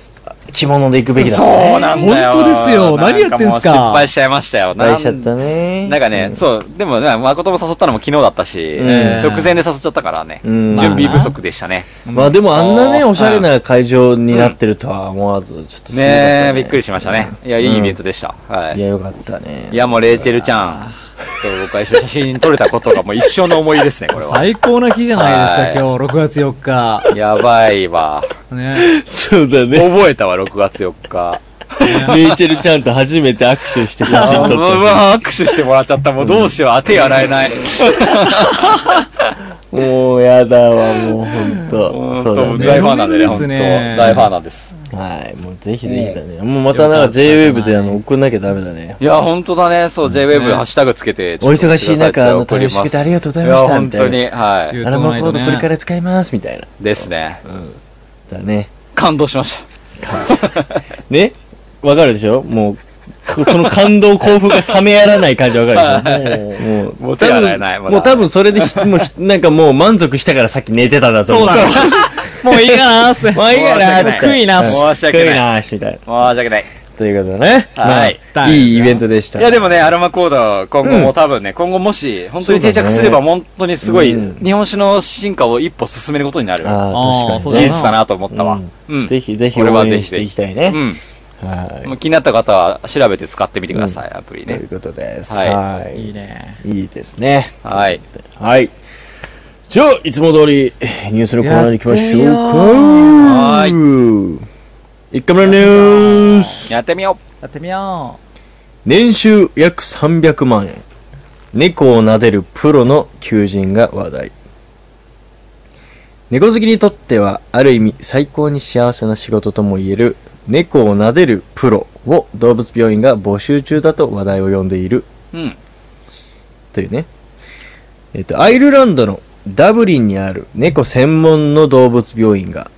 着物で行くべきだ。そうなんだよ。本当ですよ何やってんすかなんもう失敗しちゃいましたよ。泣いちゃっなたんね。なんかね、そう、でもね、誠も誘ったのも昨日だったし、ん直前で誘っちゃったからね、うん準備不足でしたね。まあでもあんなね、うんおしゃれな会場になってるとは思わず、ちょっとすごかたねえ、びっくりしましたね。いや、いいイベントでした。はいい。や、よかったね。いや、もうレイチェルちゃんと僕は一緒に写真撮れたことがもう一生の思い出ですね、これは。最高な日じゃないですか、は今日。6月4日。やばいわ。ね。そうだね。覚えたわ、6月4日。レイチェルちゃんと初めて握手して写真うわう撮っわ握手してもらっちゃった。もうどうしよう。手洗えない。た。もうやだわ、もうほ んと。そうだ本当ね。大ファンなんでね、メロメロで本当すね大ファンなんです。はい、もうぜひぜひだね。もうまたなんかよか JWAVE ったであの、送んなきゃダメだね。いや、本当だね。そう、JWAVE ハッシュタグつけて。お忙しい中、あの、楽楽しくてあがりがとうございました、み本た当いな。に、はアラマコードこれから使います、みたいな。い。ですね。だね。感動しました。ねわかるでしょもう、こその感動、興奮が冷めやらない感じわかる でしょもう、もう手洗えない多まだ分もう多分それでひ、も うひ、なんかもう満足したからさっき寝てたんだと思う。そうだ。もういいかなーって。 もういいかなーって申し訳ない申し訳ない悔いなし、みたいな。申し訳ない。ということでね。はいまあいいイベントでした。いや、でもね、アロマコード、今後も多分ね、今後もし、本当に定着すれば、そう本当にすごい、うん日本酒の進化を一歩進めることになる。あああ、ー技そう確かにだね。術だなと思ったわ。うん。ぜひぜひこれは応ぜ援ひしぜてひいきたいうね。ん。はい。もう気になった方は、調べて使ってみてください、アプリといねう。ことです。はいはい。いいね。いいですね。はい。はい。じゃあ、いつも通り、ニュースのコーナーに行きましょうか。はー1回目のニュース。やってみよやってみよ年収約300万円。猫を撫でるプロの求人が話題。猫好きにとっては、ある意味最高に幸せな仕事とも言える猫を撫でるプロを動物病院が募集中だと話題を呼んでいるうん。というね。えっと、アイルランドのダブリンにある猫専門の動物病院が、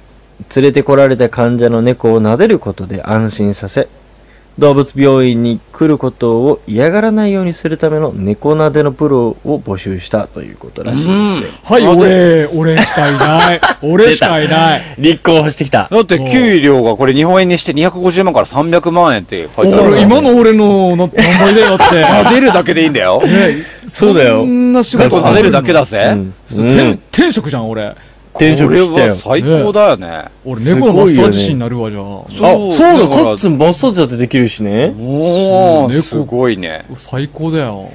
連れてこられた患者の猫を撫でることで安心させ、動物病院に来ることを嫌がらないようにするための猫撫でのプロを募集したということらしいですよ。はい、俺、俺しかいない。俺しかいない。立候補してきた。だって給料がこれ日本円にして250万から300万円って書いてある。俺、今の俺の、な、何倍だよ って。撫でるだけでいいんだよ。そうだこよ。んな仕事撫でるだけだうぜ。ん。そううん転転職じゃん、俺。転職しこたれよは。最高だよね。俺、猫のマッサージ師になるわ、じゃあ。あ、そうだ、からカッツンマッサージだってできるしね。お猫ー、すごいね。最高だよ。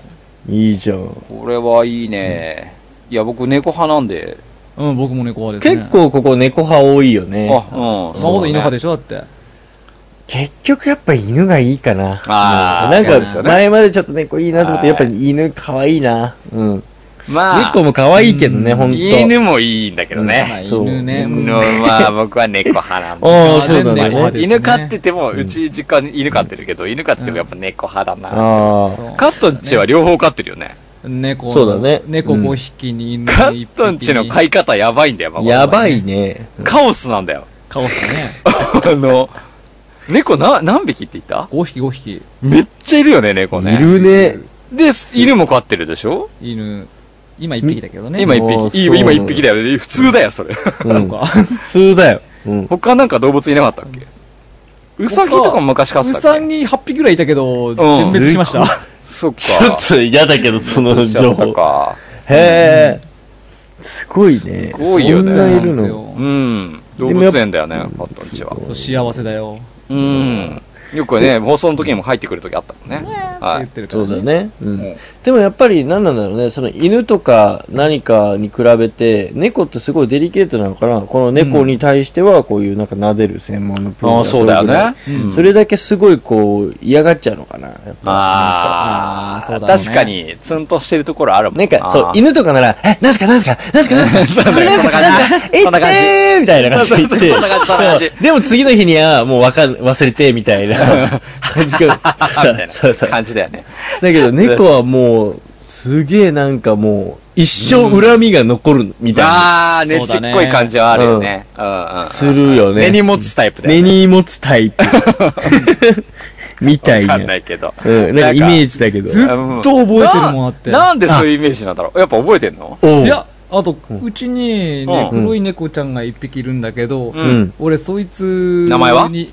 いいじゃん。これはいいね。いや、僕猫派なんで。うん、僕も猫派ですね。結。構ここ猫派多いよあ、ね。うん。孫の犬派で。でしょ、だって。結局やっぱ犬がいいかな。あーうんそうなでんすかよね前までちょっと猫いいなと思っはて、いやっぱり犬可愛いな。うん。まあ、猫も可愛いけどね、ほんと。犬もいいんだけどまあね。そう犬ね。うんのまあ、僕は猫派なんで。ああ、そうだ全然猫ね。派です ね犬飼ってても、うち実家に犬飼ってるけど、犬飼っててもやっぱ猫派だな。ああ。そうカットンチは両方飼ってるよね。猫のそうだね猫うん5匹に犬カ1ッ匹トンチの飼い方やばいんだよ、孫の場合やばい。ね。カオスなんだよ。 カオスね。あの、猫な、何匹って言った5匹5匹。めっちゃいるよね、猫いね。るね。で、犬も飼ってるでしょ犬。今1匹だけどね。今あー一匹、そう今一匹だよね。普通だよ、それ。 う。そうんか。普通だよ。うん。他なんか動物いなかったっけウサギとかも昔飼っウてたっサけギ8匹ぐらいいたけど、全滅しました。そっか。と嫌だけど、そのちょっと。か。へえ。すごいね。すごいよねそうそんないなんでるすの。ようん。動物園だよね、カットンチは。そう幸せだよ。うん。よくね、放送の時にも入ってくる時あったもんね。っては言っい。てるかそら。うだ。ね。うんうんでもやっぱり何なんだろうね、その犬とか何かに比べて、猫ってすごいデリケートなのかな。この猫に対してはこういうなんか撫でる専門のプロああ、そうだよね。うんそれだけすごいこう嫌がっちゃうのかな。やっぱああーあ、そうだろうね確かに、ツンとしてるところあるもんなんか、そう、あー犬とかなら、え、なんすかなんすかなんすかなんす かそうだよなんすかなんすかえそんな感じえーみたいな感じで言っそてうそうそうそんな感じそんな感じそうでも次の日にはもうわかん、忘れて、みた いな感じが、あそうみたいそうそなう。感じだよね。だけど猫はもう、すげえなんかもう、一生恨みが残るみたああ、ねそうちだっねこい感じはあるよね。うんうんうんいな、するよね。根に持つタイプだ根よね。に持つ タイプ。みたいわな。かんないけど。うん、なんかイメージだけど。ずっと覚えてるもんあって。ななんでそういうイメージなんだろうやっぱ覚えてんのおういや、あと、うちに、ね、うん黒い猫ちゃんが1匹いるんだけど、う。うんん。俺、そいつに、名前はんえっ、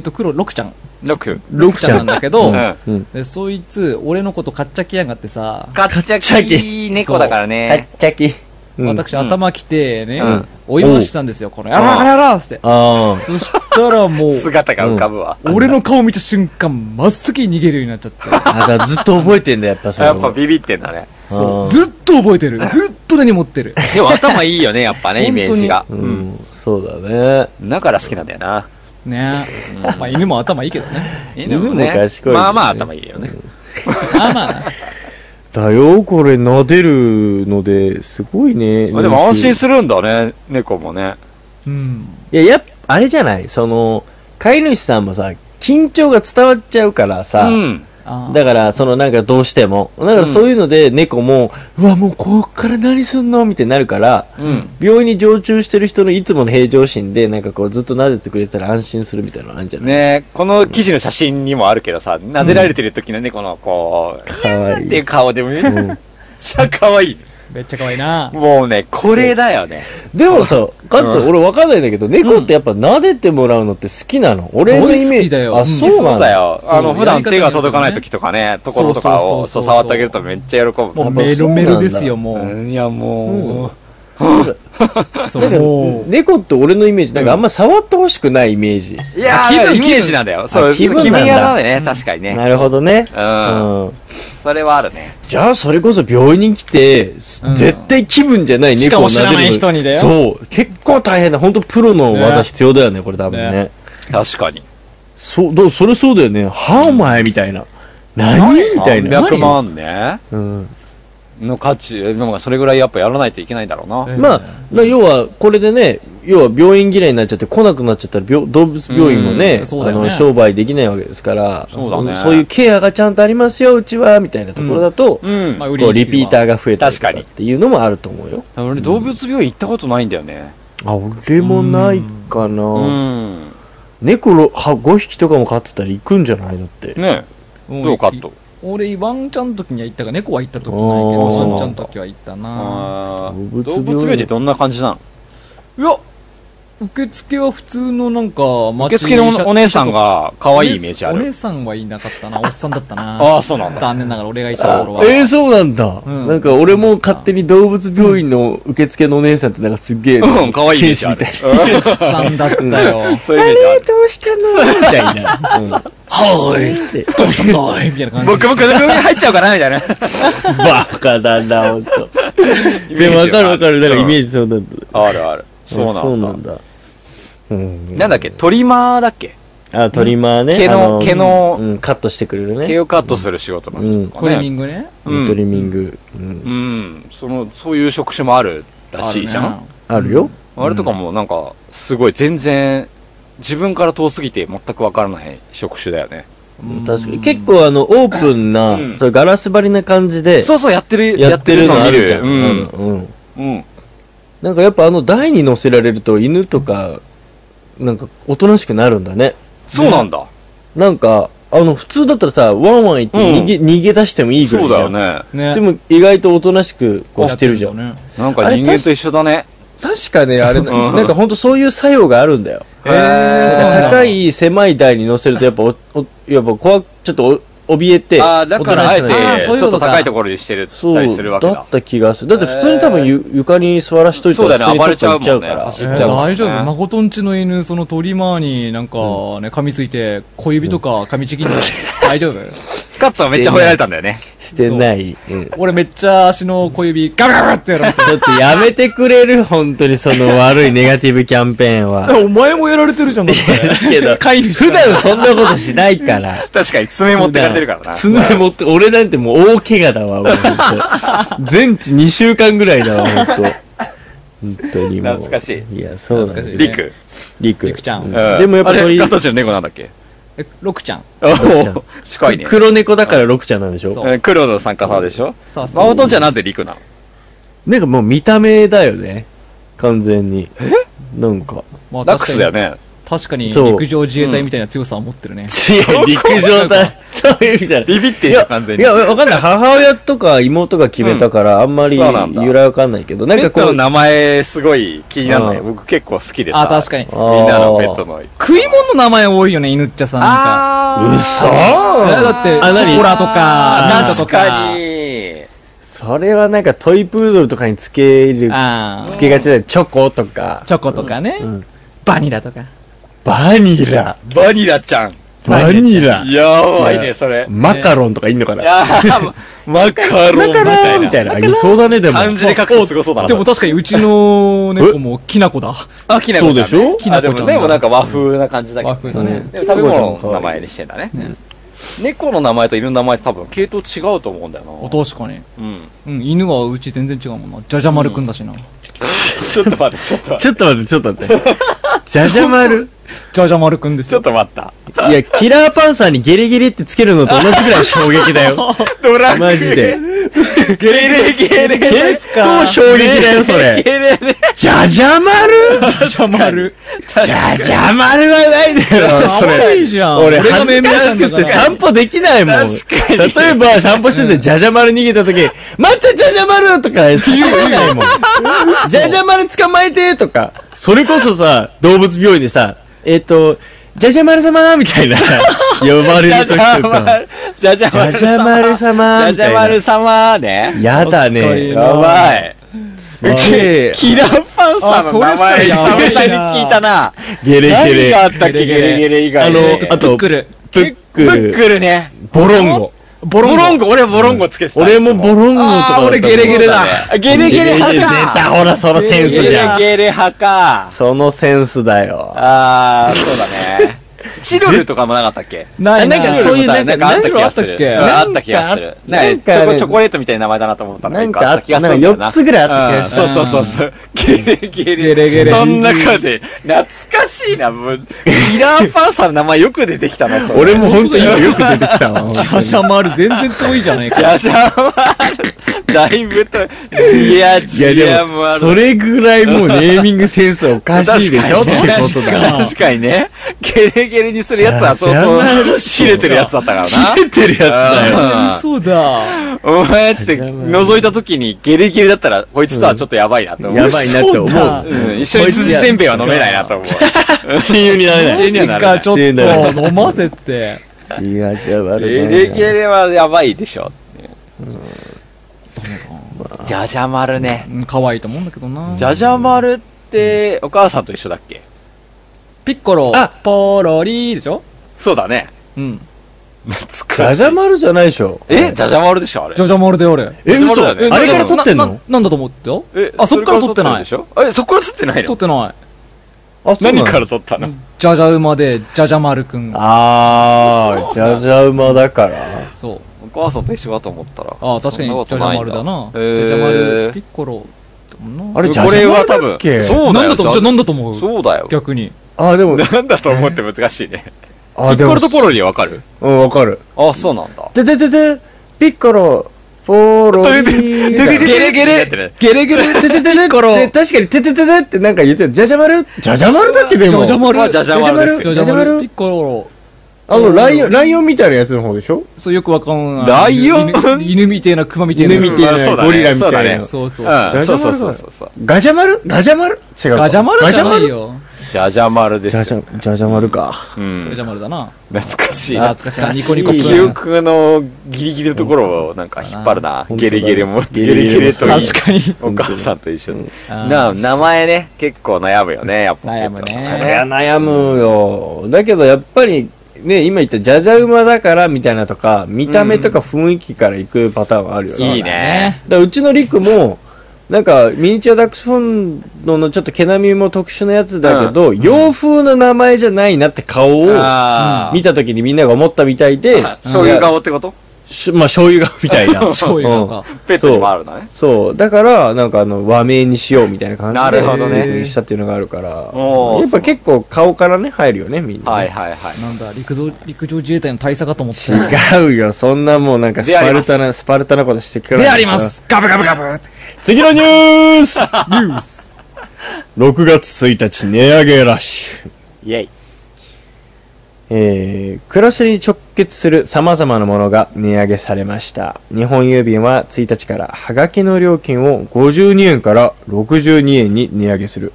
ー、と、黒、ロクちゃん。ロック。ロクちゃなんん。だけど、うん。うん。でそいつ、俺のことかっちゃきやがってさ、カッチャキ猫だからタッね。チャキ。うん私、頭きてね、うん追い回したんですよ、この、やらやらやらっつって。あそしたらもう、姿が浮かぶわ。俺の顔見た瞬間、真っ先に逃げるようになっちゃって。あ。あ、ずっと覚えてんだ、やっぱそ れやもっぱビビってんだね。そあーう。ずっと覚えてる。ずっと根に持ってる。でも頭いいよね、やっぱ ね、イメージが。ううんん。そうだね。だから好きなんだよな。ねまあ、犬も頭いいけどね。犬もね犬も賢いよねまあまあ頭いいよね。まあまあ、だよ、これ、撫でるので、すごいね。まあでも安心すするんだね、猫もね。うん。いや、やっぱあれじゃないその、飼い主さんもさ、緊張が伝わっちゃうからさ、うん。あーだから、そのなんかどうしても。だからそういうので、猫も、うわ、もうこっから何すんのみたいになるから、うん。病院に常駐してる人のいつもの平常心で、なんかこうずっと撫でてくれたら安心するみたいなのあるんじゃない、ねこの記事の写真にもあるけどさ、撫でられてる時の猫のこう、かわいっていい。う顔でもめっちゃ可愛い。めっちゃ可愛いな。もうね、これだよね。でもさ、かつ、俺わかんないんだけど、猫ってやっぱ撫でてもらうのって好きなの俺のイメージ。俺好きだよあ、そうそなうんだ。よ。そうあの、普や段り方手が届かない時とかね、ところとかをそそうそうそうそうう触ってあげるとめっちゃ喜ぶ。もうぱメロメロですよ、うもんいや、もう。そなう、んかもう。猫って俺のイメージ、なんかあんま触ってほしくないイメージ。う。いやー、気分イメージなんだよ。そう、気気分なん分だ屋なんだね、確かにね。なるほどね。うん。うんそれはあるね。じゃあ、それこそ病院に来て、うん絶対気分じゃないし猫かをも撫で知るらない人にだよそう。結構大変だ。本当プロの技ね必要だよね、これ多分ねね。確かに。そう、どうそれそうだよね。はぁ、お前みたいな。何みたいな。 300万ね。うん。の価値、でもそれぐらいやっぱやらないといけないんだろうな。まあ、な要は、これでね、要は病院嫌いになっちゃって来なくなっちゃったら病動物病院もね,、うんそうあだよねの商売できないわけですからそうだねそういうケアがちゃんとありますようちはみたいなところだと、うん。まあこうリピーターが。が増えたりとか確かにっていうのもあると思うよ俺動物病院行ったことないんだよね。あ俺もないかな、うん。猫ろは5匹とかも飼ってたら行くんじゃないだってねうえ、んどうカット。俺、ワンちゃんの時には行ったが、猫は行った時ないけど、あーワンちゃんの時は行ったな。あー動物動病院物病院ってどんな感じなのいや、受付は普通のなんか、受付のおお姉さんが可愛いイメージあおる。姉さんはいなかったな、おっさんだったな。 ああ、そうなんだ。残念ながら俺がいた頃は。えー、そうなんだ、うんなんか俺も勝手に動物病院の受付のお姉さんってなんかすっげえ、うん、可愛いイメージある天。おっさんだったよ。そういうイメージある。 使みたいな、 うん、はい。どうしたんだい みたいな感じ。僕もこの病院入っちゃうかなみたい な。バカだなほんとイでもわかるわかるだからイメジージそうなんだ、あるある。そうなんだ。そうなんだうんなんだっけトリマーだっけあトリマーね毛のあ毛のうん、カットしてくれるね毛をカットする仕事の人とトかリミね。ングね。うんトリミング、うんうん。その、そういう職種もあるらしいじゃあるんね。あるよあれとかもなんか、すごい全然、自分から遠すぎて全くわからない職種だよね。確かに結構あのオープンな、うんそうガラス張りな感じでそうそう、やってる、やってるのやあってるじゃるん、の見る。うんうんうん。うん。なんかやっぱあの台に乗せられると犬とかなんかおとなしくなるんだねそうなんだ。なんかあの普通だったらさワンワン行って逃げ,、逃げ出してもいいぐらそいうじゃんだよね。ね。でも意外とおとなしくこうやしってるじゃん。だね。なんか人間と一緒だね。確か ね、あれ、んなんかほんとそういう作用があるんだよ。へーそうなんだ高い狭い台に乗せるとやっぱお、おやっぱ怖く、ちょっとお怯えて、ああ、だからあえおとなしくなるあーて、ちそういょうこっととか高いところにしてるそたりするう、わけだだっ。た気がする。だって普通に多分ゆ床に座らしといたそうだよね普通に暴れちゃうもんね取っ行っちゃう走っちかゃらうもん大丈夫誠んちの犬、そのトリマーになんかね、噛みついて、小指とか噛みちぎんの。大丈夫カットはめっちゃ吠えられたんだよね。してない。うん俺めっちゃ足の小指、ガガガってやられて。ちょっとやめてくれる本当にその悪いネガティブキャンペーンは。 お前もやられてるじゃん、だって。けど、飼い主普段そんなことしないから。確かに爪持ってかれてるからな。爪持って、俺なんてもう大怪我だわ、俺ほんと。全治2週間ぐらいだわ、ほんと。本当にもう。懐かしい。いや、そうなんだ懐よ。かしいリク。リク。リクちゃんううんでもやっぱあ鳥れ、カットちの猫なんだっけえ、ロクちゃん。おー近いね。黒猫だからロクちゃんなんでしょそうん黒の参加さでしょそうそうマオトンちゃんなんでリクなのなんかもう見た目だよね。完全に。えなんか。まあダックスだよ。ね。確かに確そかうに陸上自衛隊みたいな強さを持ってるね。いや、陸上だ。 そういう意味じゃない。ビビっていんじゃん、完や、全いに。や、わかんない。母親とか妹が決めたから、あんまりそうなんだ由来わかんないけど、なんペかットこのう、名前すごい気にならない。うん僕結構好きでさ。あ、確かに。あーみんなのペットの。食い物の名前多いよね、犬っちゃさ、なんか。嘘えだって、あシ何ョコラとか、なんだと確か。かに。それはなんかトイプードルとかにつけるあつーけがちだよ。チョコとか、チョコとかねん。バニラとか。バニラ、バニラちゃん。バニラ、やばいね、それ。マカロンとかいんのかなあーマカロンみたいみたな。いな。いそうだね、でも。漢字で書くとすごそうだな。でも確かにうちの猫もきなこだ。あ、きなこちゃんね。そうでしょきなこちゃんだあでも、でもなんか和風な感じだけ和ど。風だね。でも食べ物の名前にしてんだね。猫の名前と犬の名前って多分系統違うと思うんだよおな。確かに。うん。うん、犬はうち全然違うもんな。じゃじゃ丸くんだしな。ちょっと待って、ちょっと待って。ちょっと待って、ちょっと待って。じゃじ ゃ丸。じゃじゃ丸くんですちょっよ。と待った。いや、キラーパンサーにゲレゲレってつけるのと同じぐらい衝撃だよ。ドラマジで。ゲレゲレ。結構衝撃だよ、それ。ゲレゲレ。じゃじゃ丸じゃじゃ丸。じゃじゃ丸はないだよ、そ可愛れ。いじゃん。俺、が恥命ず名かしたんしだくかてら。散歩できないもん。確かに。例えば、散歩してて、じゃじゃ丸逃げた時、またじゃじゃ丸とか、そういうないもん。じゃじゃ丸捕まえてとか、それこそさ、動物病院でさ、えっ、と、じゃじゃ丸様みたいな、呼ばれる時とか、じゃじゃじゃ丸じゃ丸様みじゃたい丸な。様ね。やだ確かにね。なやばい。すげえ キラーパンサーの名前、久々あそれにしたらやばいな聞いたな。ゲレ何ゲがあレっ。たっけ、ゲレゲレ以あ外ので。、あと、くる。プックブッル、クルね。ボロンゴ。ボロンゴ。俺ボロンゴつけてた。俺もボロンゴとかだったあー俺ゲレゲレだ。ゲレゲレ出派か。た、ほら、そのセンスじゃん。ゲレゲレ派か。そのセンスだよ。あー、そうだね。チルルとかもなかったっけないななんかチルそうルいうもだなんかあった気がす何る。種類うあったっけんあった気がする。なんねかチあるョコチョコレートみたいな名前だなと思ったのなん一個かああっったた気がするんだよなんかな。 4つぐらいあった気うがんするそうそうそうそう。ゲレゲレ。ゲレゲレそん中で、懐かしいな。もうミラーパンさんの名前よく出てきたな、それ俺も本当今よく出てきたわ。本当にシャシャマール全然遠いじゃないか。じゃじゃんだいぶと、いや、いやじでやももあ、る。それぐらいもうネーミングセンスおかしいでしょってこと確だ。かに確かにね。ゲレゲレにするやつは相当、知れてるやつだったからな。出てるやつだよ。うん嘘だ。お前つって覗いた時にゲレゲレだったら、こいつとはちょっとやばいな と思う。やばいなって嘘思だう。うん、一緒に辻せんべいは飲めないなと思う。親友になれない。親友にはなマらなかいちょっと飲ませて。違う違う、悪ゲくレゲレはやばいでしょ。じゃじゃ丸ね。うん可愛いと思うんだけどな。じゃじゃ丸って、お母さんと一緒だっけピッコロ、ポロリーでしょそうだね。うん。懐じゃかしいじゃ丸じゃないでしょ。えじゃじゃ丸でしょあれジ。ョジョマルで俺。え嘘ええなあれからな撮ってんのななんだと思ってよえあ、そっから撮ってない。それから撮ってるでしょえ、そっから撮ってない撮のってない。あ、そうな何のから撮ったのジャジャ馬で、ジャジャマルくん。あー、じゃじゃ馬だから。そう。お母さんと一緒だと思ったら。ああ、確かに、ジそんャジことャいマんルだな。ジへャージャマル、ピッコロ、だもんなあれ、じゃこじれゃは丸多だ分っけ、そうだなよ。んだと思うじゃあなんだと思うそうだよ。逆に。あ、でも、なんだと思うって難しいね。あ、ピでッコもロ、とポロリはわかるうん、わかる。あ、そうなんだ。てててて、ピッコロ、ポロリーだ。ゲレゲレゲレゲレててててて、確ロかにててててってなんか言ってる。じゃじゃ丸じゃじゃ丸だってでジもャジ。ャマル、まあジャジャマルですジよャジャマジャジャマル、ルピッコロ、あの、ライオン、ライオンみたいなやつの方でしょそう、よくわかんない。ライオン犬犬みてえな、熊みてえな。犬みてえなまあそうだねゴリラみたいなそうだねそうそうそう。うんそうそうそうそうそう。ガジャマルガジャマル違うか。ガジャマルじゃないガジャマルよ。じゃじゃ丸でじゃすじよ。ゃ、じゃじゃ丸か。うんガジャマルだな。懐かしいな。懐かしいな。ニコニコプ懐かしい記ーン。憶のギリギリのところをなんか引っ張るな。本当ゲだレゲレも、ゲゲレゲレレゲレといい。確かに。お母さんと一緒に。うんな、名前ね、結構悩むよね、やっぱ。悩むねそいりや、ゃ悩むよ。だけどやっぱり、ね、今言ったじゃじゃ馬だからみたいなとか、見た目とか雰囲気から行くパターンはあるよね。いいね。だからうちのリクも、なんか、ミニチュアダックスフォンドのちょっと毛並みも特殊なやつだけど、洋風の名前じゃないなって顔をあー見たときにみんなが思ったみたいで、あそういう顔ってことしまあ、醤油顔みた いな。そういうのが。ペットにもあるのね。そう。だから、なんかあの、和名にしようみたいな感じで。なるほどね工夫したっていうのがあるから。おーやっぱ結構顔からね、入るよね、みんな。はいはいはい。なんだ、陸上、陸上自衛隊の大佐かと思って。違うよ、そんなもうなんかスであパりまルすタな、スパルタなことしてくるでありますガブガブガブ次のニュ ースニュース !6 月1日、値上げラッシュ。イェイ。えー、暮らしに直結する様々なものが値上げされました。日本郵便は1日からハガキの料金を52円から62円に値上げする。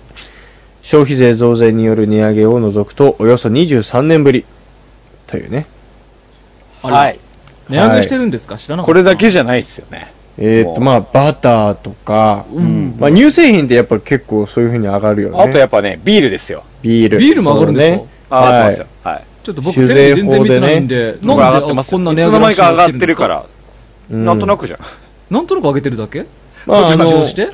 消費税増税による値上げを除くとおよそ23年ぶり。というね。はい。値上げしてるんですか知らなかった。これだけじゃないっすよね。えー、と、まあ、バターとか、まあ、乳製品ってやっぱ結構そういう風に上がるよね。あとやっぱね、ビールですよ。ビール。ビールも上がるんですかそうね上がってますはよ。はい。ちょっと僕テレビ全然見てないんで、僕上なんがでってますこんなよ。いつ値の上げ間ラッにシュか上ががっ起きてるか。ら、うんなんとなくじゃん。なんとなく上げてるだけまあ、あ拡の張、して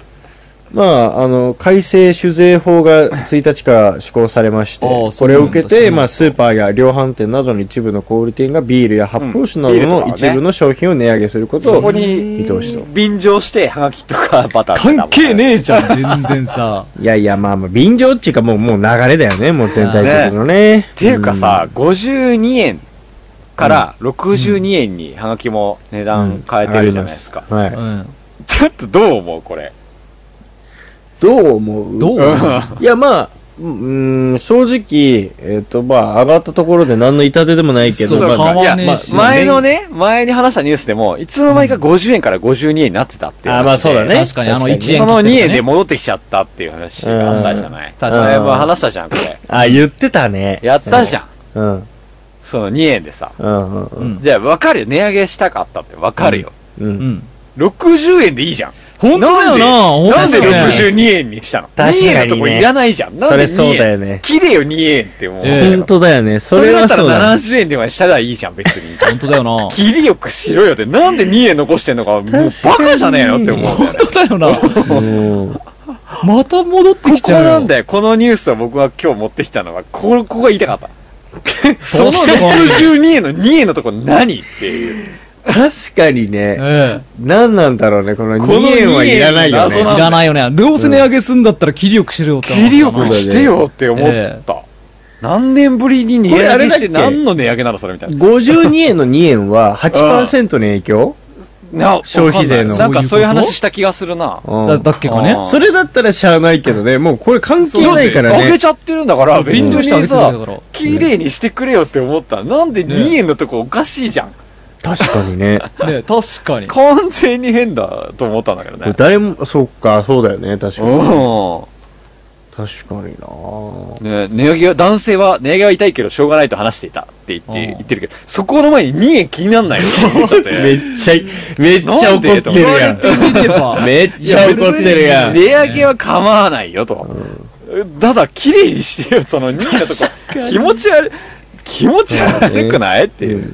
まあ、あの、改正酒税法が1日から施行されまして、ああこれを受けそうなんて、だまあ、スーパーや量販店などの一部の小売店がビールや発泡酒などうんビールとかのはね一部の商品を値上げすることそこをに、見通しと。便乗して、ハガキとかバターとかも関係ねえじゃん、 全然さ。いやいや、まあまあ、便乗っていうかもう、もう流れだよね、もう全体的のね。っっていうか、さ、52円から62円にハガキも値段変えてるじゃないですか。うはい。ん。ちょっとどう思うこれ。どう思うどういや、まあ、うーん、正直、えっ、と、まあ、上がったところで何の痛手でもないけど、そうまあ変わんねえしまあまあ前のね、前に話したニュースでも、いつの間にか50円から52円になってたっていう話で、あまあそうだね。確かにあの一円その2円で戻ってきちゃったっていう話があったじゃない。確かに前も話したじゃん、これ。あ、言ってたね。やったじゃん。うん。その2円でさ。うん。うん。う ん。じゃあ、わかるよ。値上げしたかったってわかるよ。う。うんん。 60円でいいじゃん。本当だよな本なんで当だよね62円にしたの確かにね ?2 円のとこいらないじゃん。なんそで2れ円そうだよね切れよ、2円ってもう。ええ本当だよね。そそれれだはったそうらだね。 70円ではしたらいいじゃん、別に。本当だよな本切りよくしろよって、なんで2円残してんのか、もうバカじゃねえのって思うんだよね。当だよなうんまた戻ってこきこちゃうよ。なんだよ。このニュースを僕は今日持ってきたのは、ここが言いたかった。その62への2へのとこ何っていう。確かにね。え何なんだろうね、このこの2円はいらないよ謎ね。なえ。いらないよね。どうせ値上げすんだったら切りよくしろよって切りよくくししててよよって思っ。思った何年ぶりに値上げしこれあれだてっけ何の値上げなのそれみたいな。 52円の2円は8%の影響な消費税のわかんないなんかそういうそういうこと話した気がするな。だうんだっけかねあー。それだったらしゃあないけどね、もうこれ関係ないから上げね。ちゃってるんだから、別勉強してあにげてるんださから、綺麗にしてくれよって思ったら、なんで2円のとこおかしいじゃん。確かにね。ね確かに。完全に変だと思ったんだけどね。誰も、そっか、そうだよね、確かに。う。確かになんね、値上げは、男性は値上げは痛いけどしょうがないと話していたって言って、うん言ってるけど、そこの前に2円気になんないよって思っちゃって。 めっちゃ、めっちゃ怒ってるやん。見れば、めっちゃ怒ってるやん。値上げは構わないよと。ただ、綺麗にしてよ、その2位のとこ。気持ち悪い、気持ち悪くないっていう。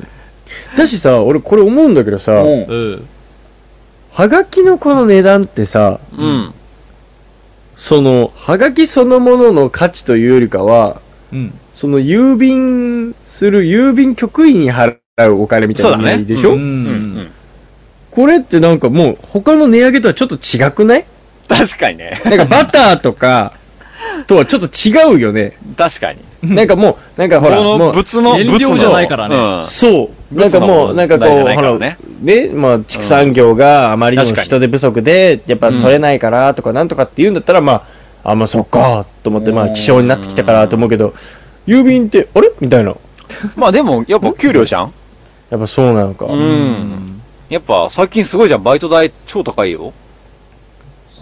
だしさ、俺これ思うんだけどさ、ううん。はがきのこの値段ってさ、ん。その、はがきそのものの価値というよりかは、うん。その郵便する郵便局員に払うお金みたいなそうだね意味でしょ、う。うんん。これってなんかもう他の値上げとはちょっと違くない確かにね。なんかバターとかとはちょっと違うよね。確かに。なんかもう、なんかほら、こものう物の、原料物のじゃないからねうんそう。物なんかのもう、なんかこ問う、題じゃないほからら、ねね、まあ、畜産業があまりに確もかに人手不足で、やっぱ取れないからとか、なんとかって言うんだったら、まあ、あ、まあ、そっか、と思って、まあ、希少になってきたからと思うけど、郵便って、あれみたいな。まあでも、やっぱ給料じゃんやっぱそうなのか。うん。やっぱ、最近すごいじゃん。バイト代超高いよ。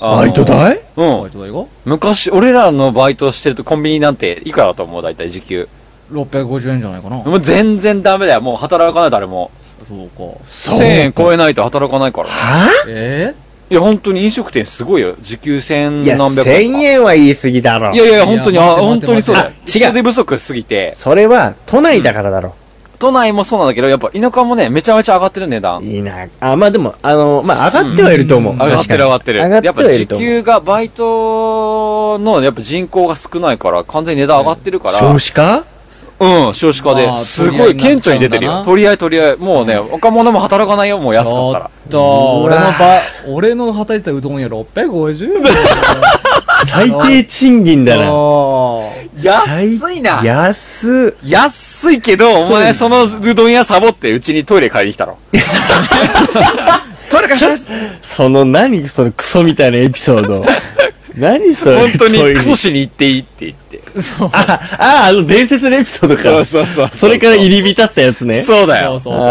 あのバイト代うバイん。ト代が昔、俺らのバイトしてるとコンビニなんていくらだと思う大体時給。 650円じゃないかな。もう全然ダメだよ。もう働かない誰も。そうか。 1000円超えないと働かないから。えいや、本当に飲食店すごいよ。時給千いや、何百1000円とか。円は言い過ぎだろい。やいや、本当に、いやあ、待って本当にそうだよ。待って人手不足すぎて、それは、都内だからだろ。都内もそうなんだけど、やっぱ田舎もね、めちゃめちゃ上がってる値段。いいな。あ、まあでも、あの、まあ、上がってはいると思う。上がってる上がってる。上がやってっぱはい時ると思う。給が、バイトの、やっぱ人口が少ないから、完全に値段上がってるから、少子化うん、少子化まで、あすごい顕著に出てるよ。取り合い取り合い。もうね、若者も働かないよ、もう安ちかょっったら。と、う俺のわば、俺の働いてたうどん屋650円。最低賃金だあな。ー安いな安っ。安いけど、お前そのうどん屋サボって、うちにトイレ借りに来たろ。 トイレ貸しますその何そのクソみたいなエピソ ード。何それ本当トイにレクソしに行っていいって言って。ああ、あの伝説のエピソードか。そうそうそう。それから入り浸ったやつね。そうだそよう。そうそう。あ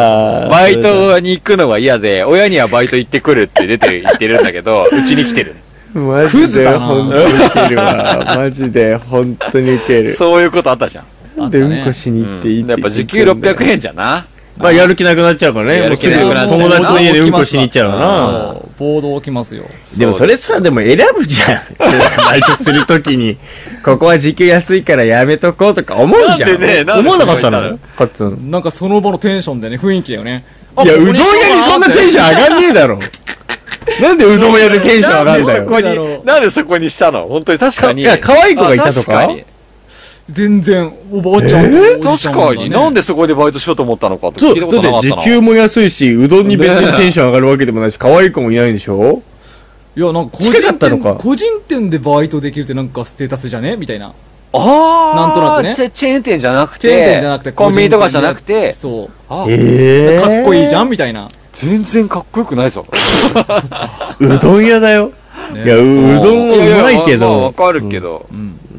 ーバイトに行くのが嫌で、親にはバイト行ってくるって出て行ってるんだけ ど、うちに来てる。マクジズでだな本当にウケるわ。マジで本当にウケる。そういうことあったじゃん。なんでうんこしに行っていいやっぱ時給600円じゃな。まあやる気なくなっちゃうからね。やる気なくなっちゃうもうすぐ友達の家でうんこしに行っちゃうからな。そう暴動起きますよ。でもそれさ、でも選ぶじゃん。 バイトするときに。ここは時給安いからやめとこうとか思うじゃん。なんでねなんで思そわんななことかっ言たったののカッツン。なんかその場のテンションでね、雰囲気だよね。いや、うどん屋にそんなテンション上がんねえだろ。なんでうどん屋でテンション上がるんだそこよ。に、なんでそこにしたの本当に確かかに。いや、可愛い子がいたとかあ確かに全然、おばあちゃんとおじ確ちゃんがかねに。なんでそこでバイトしようと思ったのかってそ聞いたう、ことなだかっってた時な。給も安いし、うどんに別にテンション上がるわけでもないし、可愛い子もいないんでしょいや、なんか個人近かったの店か個人店でバイトできるってなんかステータスじゃねみたいな。あーなんとなくねチェチェーン店じゃなくて。チェーン店じゃなくて、コンビニとかじゃなく個人店てで。そあえう。えかっこいいじゃんみたいな。全然かっこよくないぞ。うどん屋だよ。ねいや、う うどんもうまいけややまあわど。かるけど、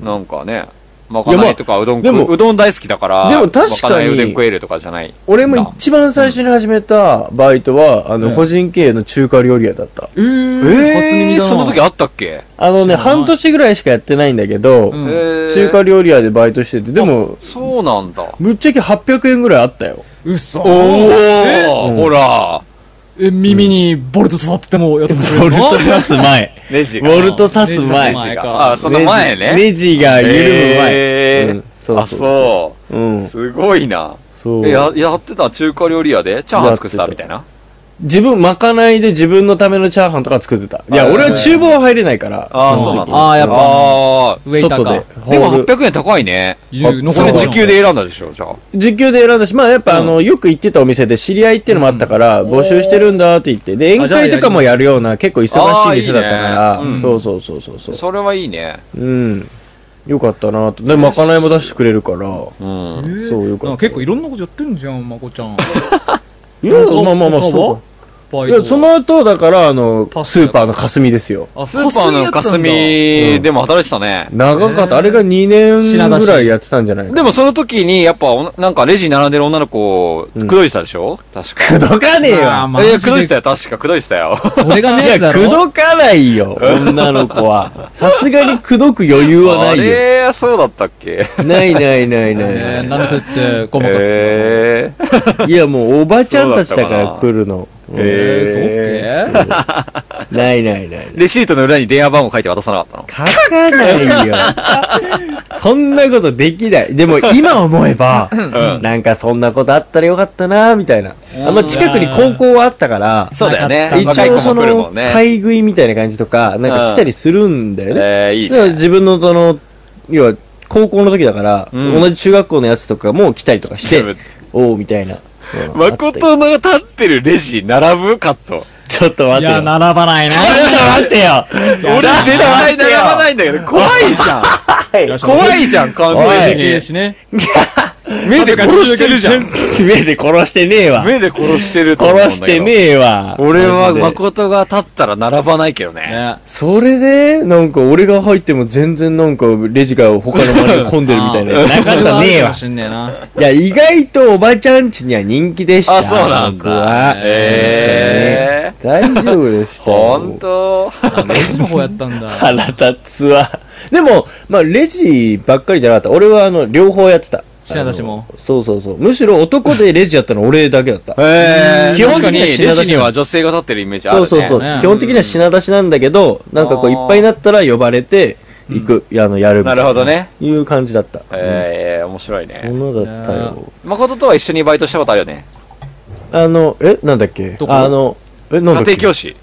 なんかね、まかいやなまあいとかうどんで食もう、うどん大好きだから、でも確かまにないうどん食えるとかじゃない。俺も一番最初に始めたバイトは、あうの、ん個人経営の中華料理屋だった。ええー、初耳ー、だな。その時あったっけあの知ね、らない半年ぐらいしかやってないんだけど、うん中華料理屋でバイトしてて、でも、そうなんだ。ぶっちゃけ800円ぐらいあったよ。うっそおうー、んほら、え、耳にボルト刺さっててもやってくれるの俺と刺す前。ネジウが。ォルト刺す前。刺す前あ、その前ね。ネジネジが緩む前。へーうんそうあ、そうそう。う。ん。すごいな。そう。えや、やってた中華料理屋でチャーハン作ってたみたいな。自分、まかないで自分のためのチャーハンとか作ってた。いや、あ俺は厨房入れないから。ああ、そうなんだ。あーやっぱぱ。ウェイター外かで。。でもホール800円高いね。いうのそれ時給で選んだでしょ、じゃあ。時給で選んだし、まあやっぱあの、よく行ってたお店で知り合いっていうのもあったから、募集してるんだって言って、で、宴会とかもやるような、結構忙しい店だったからあーいいねう、んそうそうそうそうそう。それはいいね。うん。よかったなと。で、まかないも出してくれるから。うん。えーそうよかったなん結構いろんなことやってんじゃん、まこちゃん。いや、まあまあまあ、他はそバうイか。いトや、その後、だから、あのパ、ススーパーの霞ですよ。あスーパーの霞でも働いてたね。長かった。あれが2品年出しぐらいやってたんじゃないでもその時に、やっぱおな、なんかレジに並んでる女の子を、うんくどいてたでしょ確か。くどかねえよ。まあマジえでー、くどいてたよ、確か、くどいてたよ。それがねいえやや、つだくろ。どかないよ、女の子は。さすがにくどく余裕はあないよ。れ、そうだったっけないないないえなー、い。なんでそうやってごまかすのえー、いや、もうおばちゃんたちだそかうだったらかな来るの。うんええーー、そうっけないないない。レシートの裏に電話番号書いて渡さなかったの書かない よ。そんなことできない。でも今思えば、なんかそんなことあったらよかったな、みたいな。あんま近くに高校はあったから、そうだよね。な若一い応子そも来るのもん、ね。買い食いみたいな感じとか、なんか来たりするんだよね。えー、いいだからね。自分のその、要は、高校の時だから、うん同じ中学校のやつとかも来たりとかしでもて、おう、みたいな。うんあっ誠の立ってるレジ並ぶカット。てちょっと待いってや、よ。並ばないな。ちょっと待ってよ俺絶対並ばないんだけど、怖いじゃん。怖いじゃん、完全でにけえ。しね。目で殺してるじゃん。目で殺してねえわ。目で殺してると思うんだけど殺してねえわ。俺はマジで誠が立ったら並ばないけどね。ねそれで、なんか俺が入っても全然なんかレジが他の周りが混んでるみたい な。なかったねえわ。しんねえな。いや、意外とおばちゃんちには人気でした。あ、そうなん僕はだ。。ええ。 大丈夫でしたよ。本当。あレジの方やったんだ。 腹立つわ。でも、まあ、レジばっかりじゃなかった。俺は、あの、両方やってた。品出しもあの。そうそうそう。むしろ男でレジやったの俺だけだったええ。基本確か的ににはレ品出しジには女性が立ってるイメージあるそうね。そうそう。ね基本的には品出しなんだけど、なんかこう、いっぱいになったら呼ばれて、行く、いやあの、やるみたないるほどね。いう感じだった。ええ、面白いね。ものだったよ。誠とは一緒にバイトしたことあるよね。あの、え、なんだっけどこあの、え、な家んだっけ庭教師。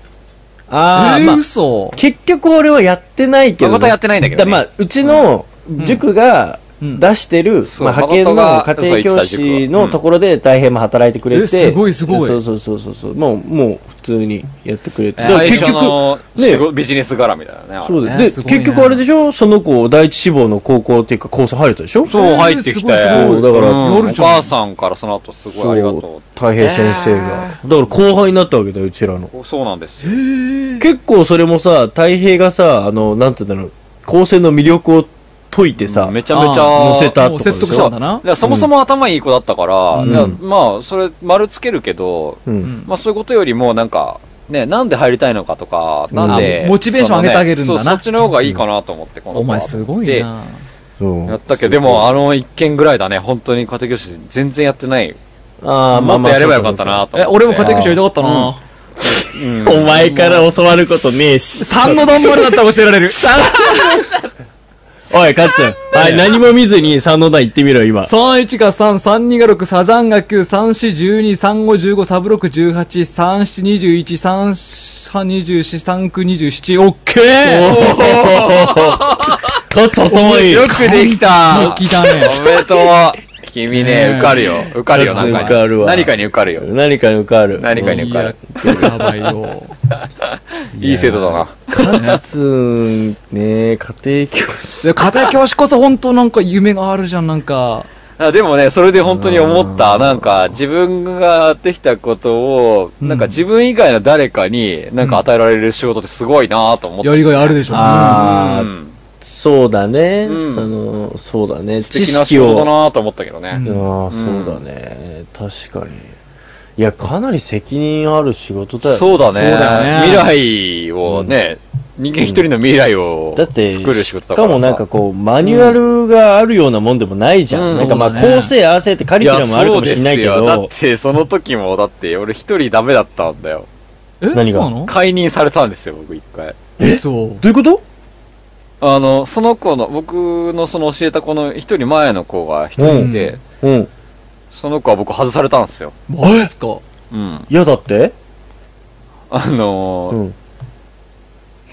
あえー、まー、あ、嘘。結局俺はやってないけどね。誠はやってないんだけどねまあ、うちの塾がうん出してる、そうまあ、派遣の誠が家庭教師のところで大変も働いてくれて、えすごいすごいそうそうそうそうそうもうもう普通にやってくれて、最初だからのね仕事ビジネス絡みだよねあれ。そうだねよすでごいね結局あれでしょその子第一志望の高校っていうか高専入れたでしょそう、入ってきたよ。そうだからうんお夜じゃん母さんからその後すごいありがと太平先生が、だから後輩になったわけだようちらのう。そうなんですよ。結構それもさ太平がさあのなんて言うんだろう高専の魅力を解いてさ、めちゃめちあゃ。ー載せたもう説得したんだなだ。からそもそも頭いい子だったから、うんいやまあ、それ、丸つけるけど、うんうんまあ、そういうことよりも、なんか、ね、なんで入りたいのかとか、なんで、あモチベーション上げてあげるんだなそのねそうそっちの方がいいかなと思って、この子はお前すごいな。そうでやったけど、でも、あの一件ぐらいだね、本当に家庭教師全然やってない。あーまもあっまとやあればよかったなと思って。え、俺も家庭教師やりたかったな。お前から教わることねえし。 3の段丸だったら教えら れる。おい、カッツン。はい、何も見ずに三の段行ってみろよ、今。 31が3、32が6、サザンが9、34、12、35、15、サブ6、18、37、21、33、24、39、27、オッケーカッツン、頭いい。よくできた聞いたね。 おめでとう君ね、受かるよ。受かるよ、なんかに。受かるわ何かに受かるよ。何かに受かる。何かにい受かるや。、やばいよ。いい生徒だな。カッツン、ねえ、家庭教師。 で家庭教師こそ本当なんか夢があるじゃん、なんか。あでもね、それで本当に思った。なんか、自分がやってきたことを、うんなんか自分以外の誰かに、なんか与えられる仕事ってすごいなと思って。やりがいあるでしょ。あうー、ん。そうだね。うんその、そうだね。素知敵な仕識事だを。あなと思ったけどね。あー、そうだね。確かに。いや、かなり責任ある仕事だよね。そうだね。そうだよね未来をね、人間一人の未来をだって、作る仕事だしからさ。かもなんかこう、マニュアルがあるようなもんでもないじゃん。うんなんかまあ、そうだね構成合わせってカいリキュや、ラムあるかそうもしでれすないけよ。だっど、て、その時も、だって、俺一人ダメだったんだよ。え、そうな何がの解任されたんですよ、僕一回。嘘。どういうことあの、その子の、僕のその教えた子の一人前の子が一人いて、うん。その子は僕外されたんですよ。マジっすかうん。いやだってあのー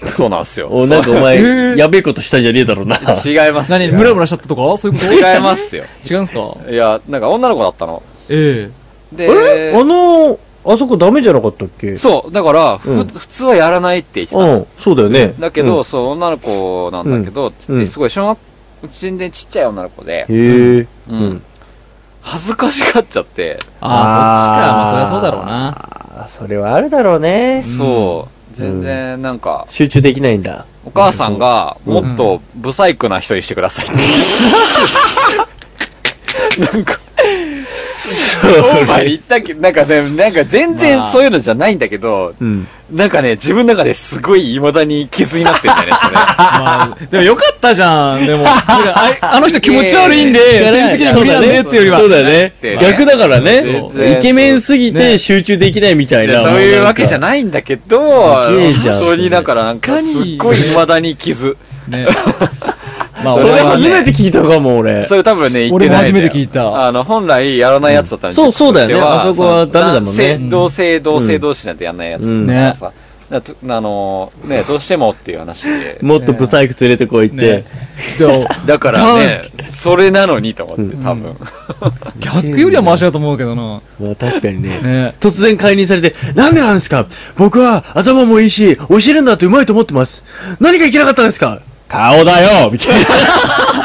そうなんですよ。お、なんかお前、えーやべえことしたんじゃねえだろうな。そう違います。何ムラムラしちゃったとかそういうこと違いますよ。違うんすかいや、なんか女の子だったの。えで、えあのあそこダメじゃなかったっけそう、だから、ふうん普通はやらないって言ってたの。ん、そうだよね。だけど、そう、女の子なんだけど、うんで、すごい、小学、全然ちっちゃい女の子でう、ん、へえ。うん恥ずかしがっちゃって、え。ああ、そっちか。まあ、あーそりゃそうだろうな。あ、それはあるだろうね。そう、全然なんか、集中できないんだ。お母さんが、もっとブサイクな人にしてくださいって。なんか、お前言ったっけなんかね、なんか全然まあそういうのじゃないんだけど、うん。なんかね、自分の中ですごい未だに傷になってるんだよね、それ。まあ、でもよかったじゃん。でも、なんかあいあの人気持ち悪いんで、点的には無理なんでっていうよりは。そうだねて。逆だからね全。然イケメンすぎてね集中できないみたいでな。そういうわけじゃい。ないんだけど、げ本えじゃん当にだからなんかすっごい未だに傷。ね。まあ、そ俺れは初ね、めて聞いたかも、俺。 それ多分ね、言って俺もない初んだめよ。て聞いた。あの、本来やらないやつだったのに、そうそうだよね実はあそこはダメだもんねその同性、同性同士なんてやらないやつだからさ。だとあのー、ね、どうしてもっていう話で。 もっとブサイク連れてこいってね。でもだからね、それなのにと思って、多分。逆よりはマシだと思うけどな。まあ確かにね。ね。 突然解任されて、なんでなんですか僕は頭もいいし、教えるんだってうまいと思ってます。何がいけなかったんですか顔だよみたい な。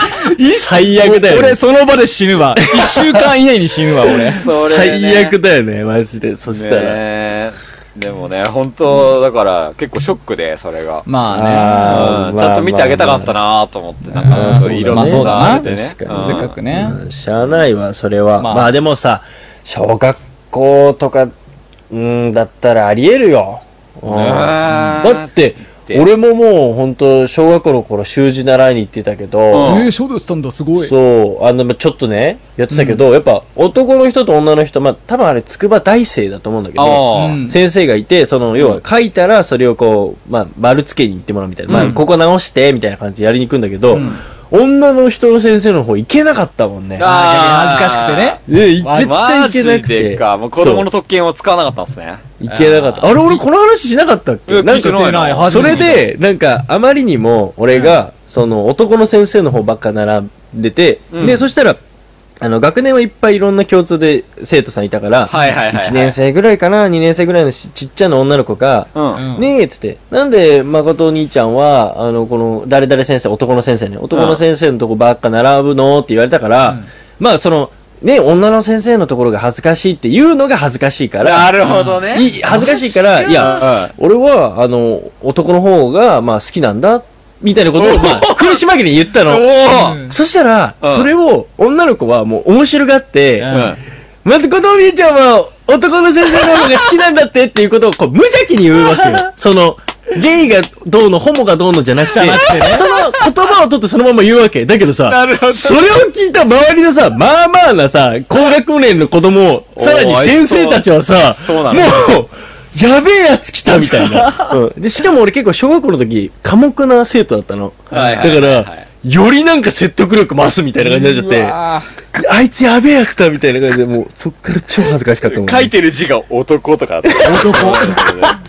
最悪だよね。俺、その場で死ぬわ。一週間以内に死ぬわ、俺。それね最悪だよね、マジで。そしたら。ねでもね、本当だから、結構ショックで、それが。まあね。うんちゃんと見てあげたかったな。なと思って、なんか、そういろんまなあそうだなあってね。確うんせっかくね。うんしゃあないわ、それは。まあまあでもさ、小学校とか、うん、だったらありえるよ。うんあーだって、俺ももう本当小学校の頃習字習いに行ってたけうど、んえー、書道やってたんだ、すごい。そう、あの、まあちょっとね、やってたけど、やっぱ男の人と女の人、まあ多分あれ、筑波大生だと思うんだけあど、あ、うん先生がいて、その、要は書いたらそれをこう、まあ丸つけに行ってもらうみたいな、うんまあここ直して、みたいな感じでやりに行くんだけど、うん女の人の先生の方行けなかったもんね。あー恥ずかしくてね。え、絶あ対行けなくマジでて。か。もう子供の特権を使わなかったんですね。そう行けなかった。あれ、俺この話しなかったっけえなん聞いてないか、ない初そめれてで、なんか、あまりにも、俺が、その、男の先生の方ばっか並んでて、うんで、そしたら、あの、学年はいっぱいいろんな共通で生徒さんいたから、はいはいはいはい。 1年生ぐらいかな、2年生ぐらいのしちっちゃな女の子が、うん。うんねえっつって、なんで誠お兄ちゃんは、あの、この、誰々先生、男の先生ね、男の先生のとこばっか並ぶのって言われたから、まあ、その、ねえ女の先生のところが恥ずかしいっていうのが恥ずかしいから、なるほどね。い恥ずかしいから、いや、俺は、あの、男の方が、まあ、好きなんだ、みたいなことを、まあ、苦し紛れに言ったおおの。うんそしたら、うんそれを、女の子はもう面白がって、うんまたこのお兄ちゃんは男の先生の方が好きなんだってっていうことをこう無邪気に言うわ けよ。その、ゲイがどうの、ホモがどうのじゃなくて、その言葉を取ってそのまま言うわけ。だけどさ、なるほどそれを聞いた周りのさ、まあまあなさ、高学年の子供を、さらに先生たちはさ、そうなのもう、やべえやつ来たみた いな。うん、で、しかも俺結構小学校の時、寡黙な生徒だったの。はいだはいはかいはいら、よりなんか説得力増すみたいな感じになっちゃって、あいつやべえやつだみたいな感じで、もうそっから超恥ずかしかったもん、書いてる字が男とかだった。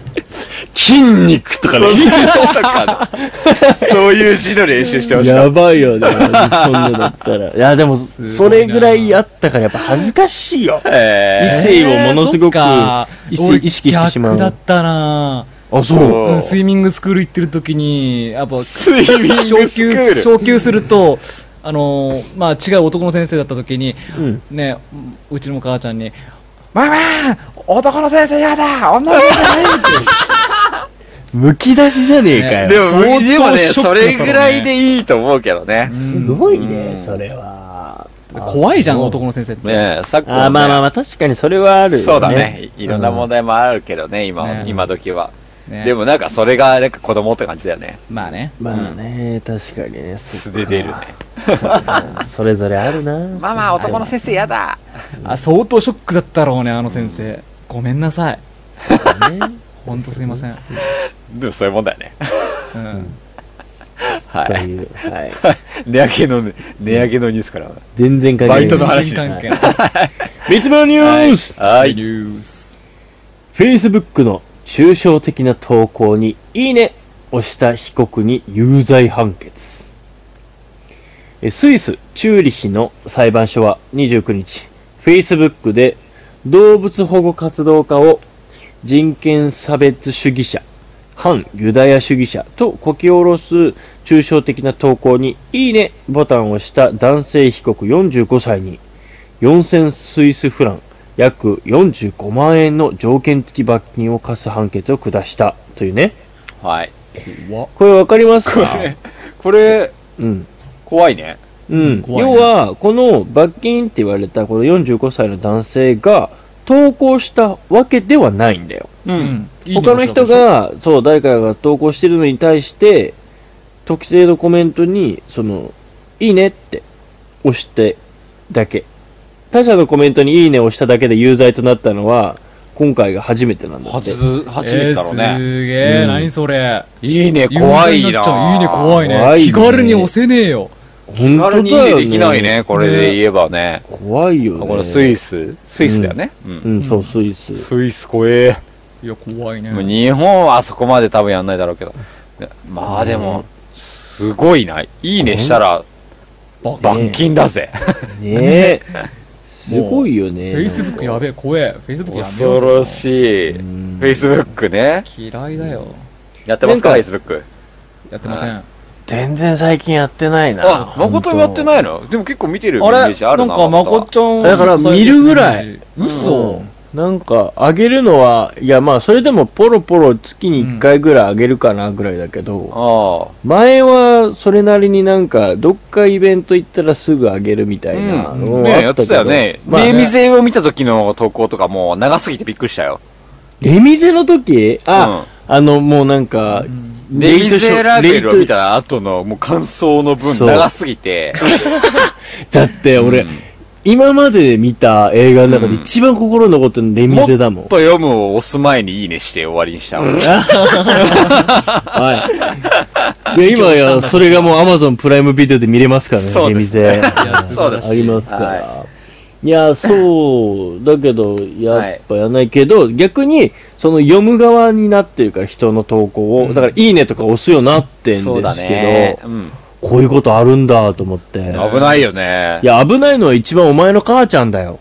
筋肉とかね。 そういう字の練習してました。 やばい よね、そんなだったら。いや、でも、なそれぐらいあったからやっぱ恥ずかしいよ。え異ー性をものすそっごくか意識意識してしまう俺逆だったなあ、そううんスイミングスクール行ってる時に、やっぱ、スイミングスク昇級、ール。昇級すると、あのー、まあ、違う男の先生だった時に、んね、うちの母ちゃんに、ママ男の先生やだ女の先生やだってむき出しじゃねえかよ。でも、相当でもね、ショックだったそろうねれぐらいでいいと思うけどね。すごいね、それは。怖いじゃん、男の先生って。ねえ、昨今ね。あーまあまあまあ、確かにそれはあるよ、ね。そうだね。いいろんな問題。題もあるけどね、今、ね今時は。ねでもなんかそれが、なんか子供って感じだよね。まあね。まあね、確かにね。素素で出るね。それぞれあるな。ママ、男の先生やだ。あ、相当ショックだったろうね、あの先生。ごめんなさい。ねほんとすいません。でもそういうもんだよね。うん。はとい。いう、はい。値上げの、値上げのニュースから。全然関係なバい。イトの話人間関係ない。三つ葉ニュースはニ。ュース。 !Facebook の抽象的な投稿にいいねをした被告に有罪判決。えスイス・チューリヒの裁判所は29日、Facebook で動物保護活動家を人権差別主義者、反ユダヤ主義者とこき下ろす抽象的な投稿にいいねボタンを押した男性被告45歳に4000スイスフラン約45万円の条件付き罰金を課す判決を下したというね。はい。これわかりますかこれ、うん。怖いね。うん、怖いね要は、この罰金って言われたこの45歳の男性が投稿したわけではないんだよ。うん。他の人が、そう、誰かが投稿してるのに対して、特定のコメントに、その、いいねって押してだけ。他者のコメントにいいねを押しただけで有罪となったのは、今回が初めてなんだって。初、初めえてー、だろうすね。げえ、うん何それ。いいね、怖い有罪になっちゃういいね、怖いね。怖いね気軽に押せねえよ。本気当だ軽によいいねできない。ね、これで言えばね。怖いよね。このスイ。ス、スイスだよね。うんうん、そう、スイス。スイス怖え。いや、怖いね。もう日本はあそこまで多分やんないだろうけど。ねまあでも、すごいな。いいねしたら、罰金だぜ。 ねえ。すごいよね。フェイスブックやべえ、怖え。フェイスブックやめよ恐ろしい。フェイスブックね。う。嫌いだよ。やってますか、フなェんイスブック。やってません。あ全然最近やってないな。あ、誠やってないのでも結構見てるイメーれジあなるんな。か、まこっちゃん。だから見るぐらい。嘘。なんか、あげるのは、いやまあ、それでもポロポロ月に1回ぐらいあげるかなぐらいだけど、ああ。前はそれなりになんか、どっかイベント行ったらすぐあげるみたいなのもねあやっったてけたど、よね。まあレミゼを見た時の投稿とかもう長すぎてびっくりしたよ。レミゼの時あ、あの、もうなんか、レミゼラベルを見い。た後のもう感想の分そう長すぎて。だって俺、うん今まで見た映画の中で一番心に残ってるのレミゼだももん。っと読むを押す前にいいねして終わりにした。はい。いや、今や、それがもう Amazon プライムビデオで見れますからね、そうゲでミすゼ。そうですありますから。い、や、そう、だけど、やっぱやんないけど、逆に、その読む側になってるから、人の投稿を、だから、いいねとか押すようになってんですけそうど、だね。うん。こういうことあるんだと思って。危ないよねい。や、危ないのは一番お前の母ちゃんだよ。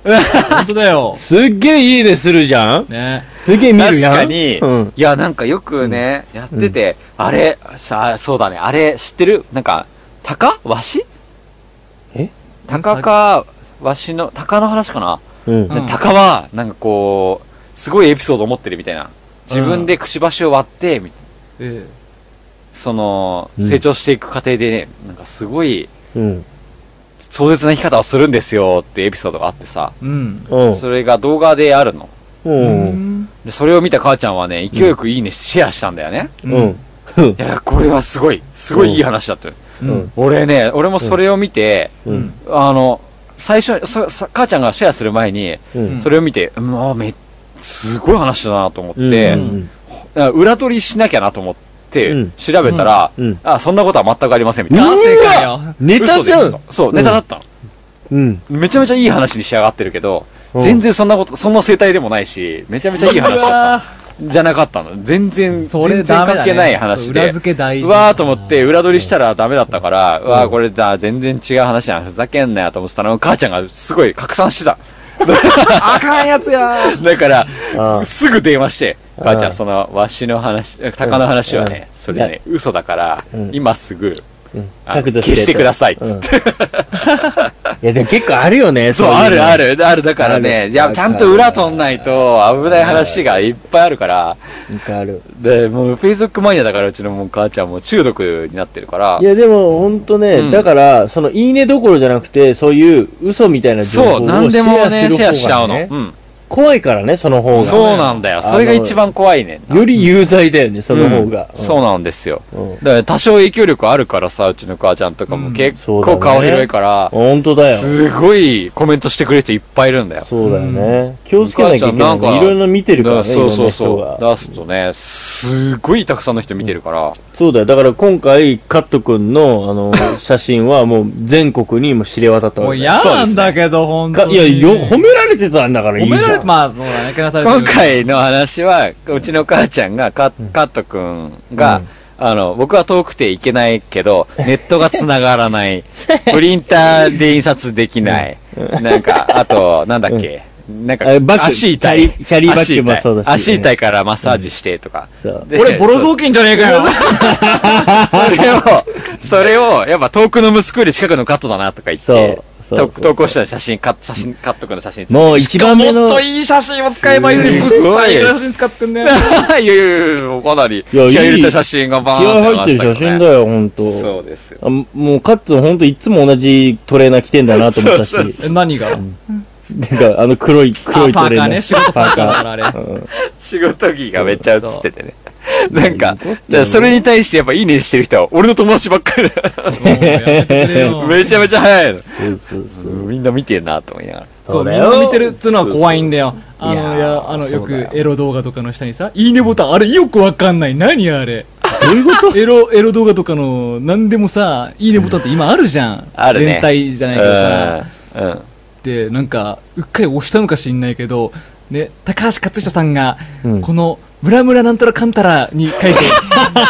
本当だ よ。すっげえいいねするじゃんね。すっげえ見る確やんかに、うん。いや、なんかよくね、やってて、あれ、さあ、そうだね、あれ、知ってるなんか、鷹わしえ鷹か、わしの、鷹の話かな、ううん。ん鷹は、なんかこう、すごいエピソードを持ってるみたいな。自分でくちばしを割って、みえその、うん成長していく過程でね、なんかすごい、うん。壮絶な生き方をするんですよってエピソードがあってさ、え。うん。うん。それが動画であるの。うん。で、それを見た母ちゃんはね、勢いよくいいね、シェアしたんだよね。うん。うん。いや、これはすごい、すごいいい話だった。うん。俺ね、俺もそれを見て、うん。あの、最初そさ母ちゃんがシェアする前に、うん。それを見て、うん、あーめすごい話だなと思って、うんあ裏取りしなきゃなと思って、うん調べたら、うんあ、そんなことは全くありません、みたいな。男性かよ。ネタ嘘じでゃすんと。そう、ネタだったの、うん。めちゃめちゃいい話に仕上がってるけど、うん全然そんなこと、そんな生態でもないし、めちゃめちゃいい話だったの。じゃなかったの。全然、それ全然ダメだ、ね、関係ない話そうで。裏付け大事うわーと思って、裏取りしたらダメだったから、うわーこれだ、全然違う話だな、ふざけんなよと思ってたの、母ちゃんがすごい拡散してた。あかんやつや だかうら、んすぐ電話して、母ちゃうんん、その、わしの話、鷹の話はね、それね、嘘だからん、今すぐ、あの削除消してくださいっうつ んっいて。や、でも結構あるよ ね。そう、いのあるあ。る、ある、だからあね、るいや、ちゃんと裏取んないと、危ない話がいっぱいあるから、なんかある。で、もう、Facebook マニアだから、うちのもう母ちゃんも中毒になってるからい、や、でも、ほんとね、うんだから、その、いいねどころじゃなくて、そういう嘘みたいな情報をそう、なんでもね、シェアしちゃうの。ねうん。怖いからね、その方が。そうなんだよ。それが一番怖いねんな。より有罪だよね、その方が。うんそうなんですよ。うん。だから多少影響力あるからさ、うちの母ちゃんとかも結構顔広いから、ほんとだよ。すごいコメントしてくれる人いっぱいいるんだよ。そうだよね。気をつけなきゃいけな母いちゃんなんね。かいろいろ見てるからね、だいかろらんそうそなう人そう。が。出すとね、すごいたくさんの人見てるから、そうだよ。だから今回、カット君の、あの、 写真はもう全国にも知れ渡ったもわうけだよ嫌なんだけど、ほんかといに。やよ、褒められてたんだからいい褒じゃん。められれて、まあ、そうだね、けなされてる今回の話は、うちの母ちゃんが、か、カットくんが、あの、僕は遠くて行けないけ ど、ネットが繋がらない。プリンターで印刷できない。なんか、あと、なんだっけ。なんかあれバッ、グ足痛い。キャリキャリーバッグも足痛いそうだし足痛いからマッサージしてとか。そう。で俺、ボロ雑巾じゃねえかよ。 それを、それを、やっぱ遠くの息子より近くのカットだなとか言って、そうそうと投稿した写真、カット、写真、カットくんの写真。もう一番目ものっ、といい写真を使えばいいのに、ぶっさい写真使ってん ね。いやいやいや、かなり、い気や合いいい入れた写真がバ気ーン合って入ってる写真だよ。よ、ほんと。そうですよ。あもう、カッツンほんといつも同じトレーナー着てんだなと思ったし。そうそうえ 何がてか、あの黒い、黒あ いパトーレーカーナー。ね、仕事パーカーだ からあれ。仕事着がめっちゃ写っててね。なんか、だからそれに対してやっぱいいねしてる人は、俺の友達ばっかりだ。めちゃめちゃ早いの。そうそうそう。みんな見てんなと思いながら。そう、そみんれをな見てるっつうのは怖いんだよ。あいやの、ーいや、あの、よそうだくよエロ動画とかの下にさ、いいねボタン、あれよくわかんない。何あ れ。どういうことエロ、エロ動画とかの、なんでもさ、いいねボタンって今あるじゃん。あるね連帯じゃないけどさ。うん。うんで、なんか、うっかり押したのか知んないけど、ね、高橋克人さんが、うんこの、ムラムラなんたらかんたらに書いて、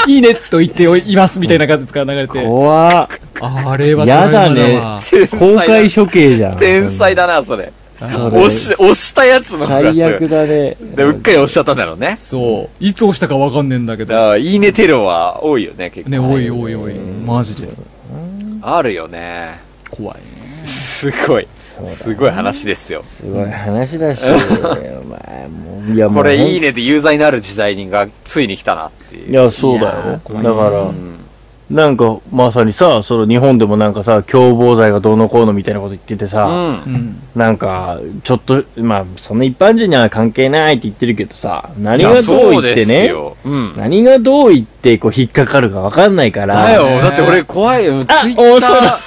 いいねと言っていますみたいな感じが流れて、怖っあれはトラやウマだだねわ。。公開処刑じゃん。天才だな、それ。それ押し、押したやつの方がす最ごい悪だね。で、うっかり押しちゃったんだろうね。そう。いつ押したかわかんねえんだけだど。から、いいねテロは多いよね、結構。ね、おいおいおい、マジで。あるよね。怖いね。すごい。すごい話ですよ。すごい話だし、お前、もう、いや、もうこれいい。ねで有罪になる時代がついに来たなっていう。いや、そうだよ。だから、なんか、まさにさ、その日本でもなんかさ、共謀罪がどうのこうのみたいなこと言っててうさ、ん。うん。なんか、ちょっと、まあ、そんな一般人には関係ないって言ってるけどさ、い何やがどそうう言っでてすね、よ。うん。何がどう言って、こう、引っかかるかわかんないから。だよ。だって俺怖いよ。ツイッタおそうーだ、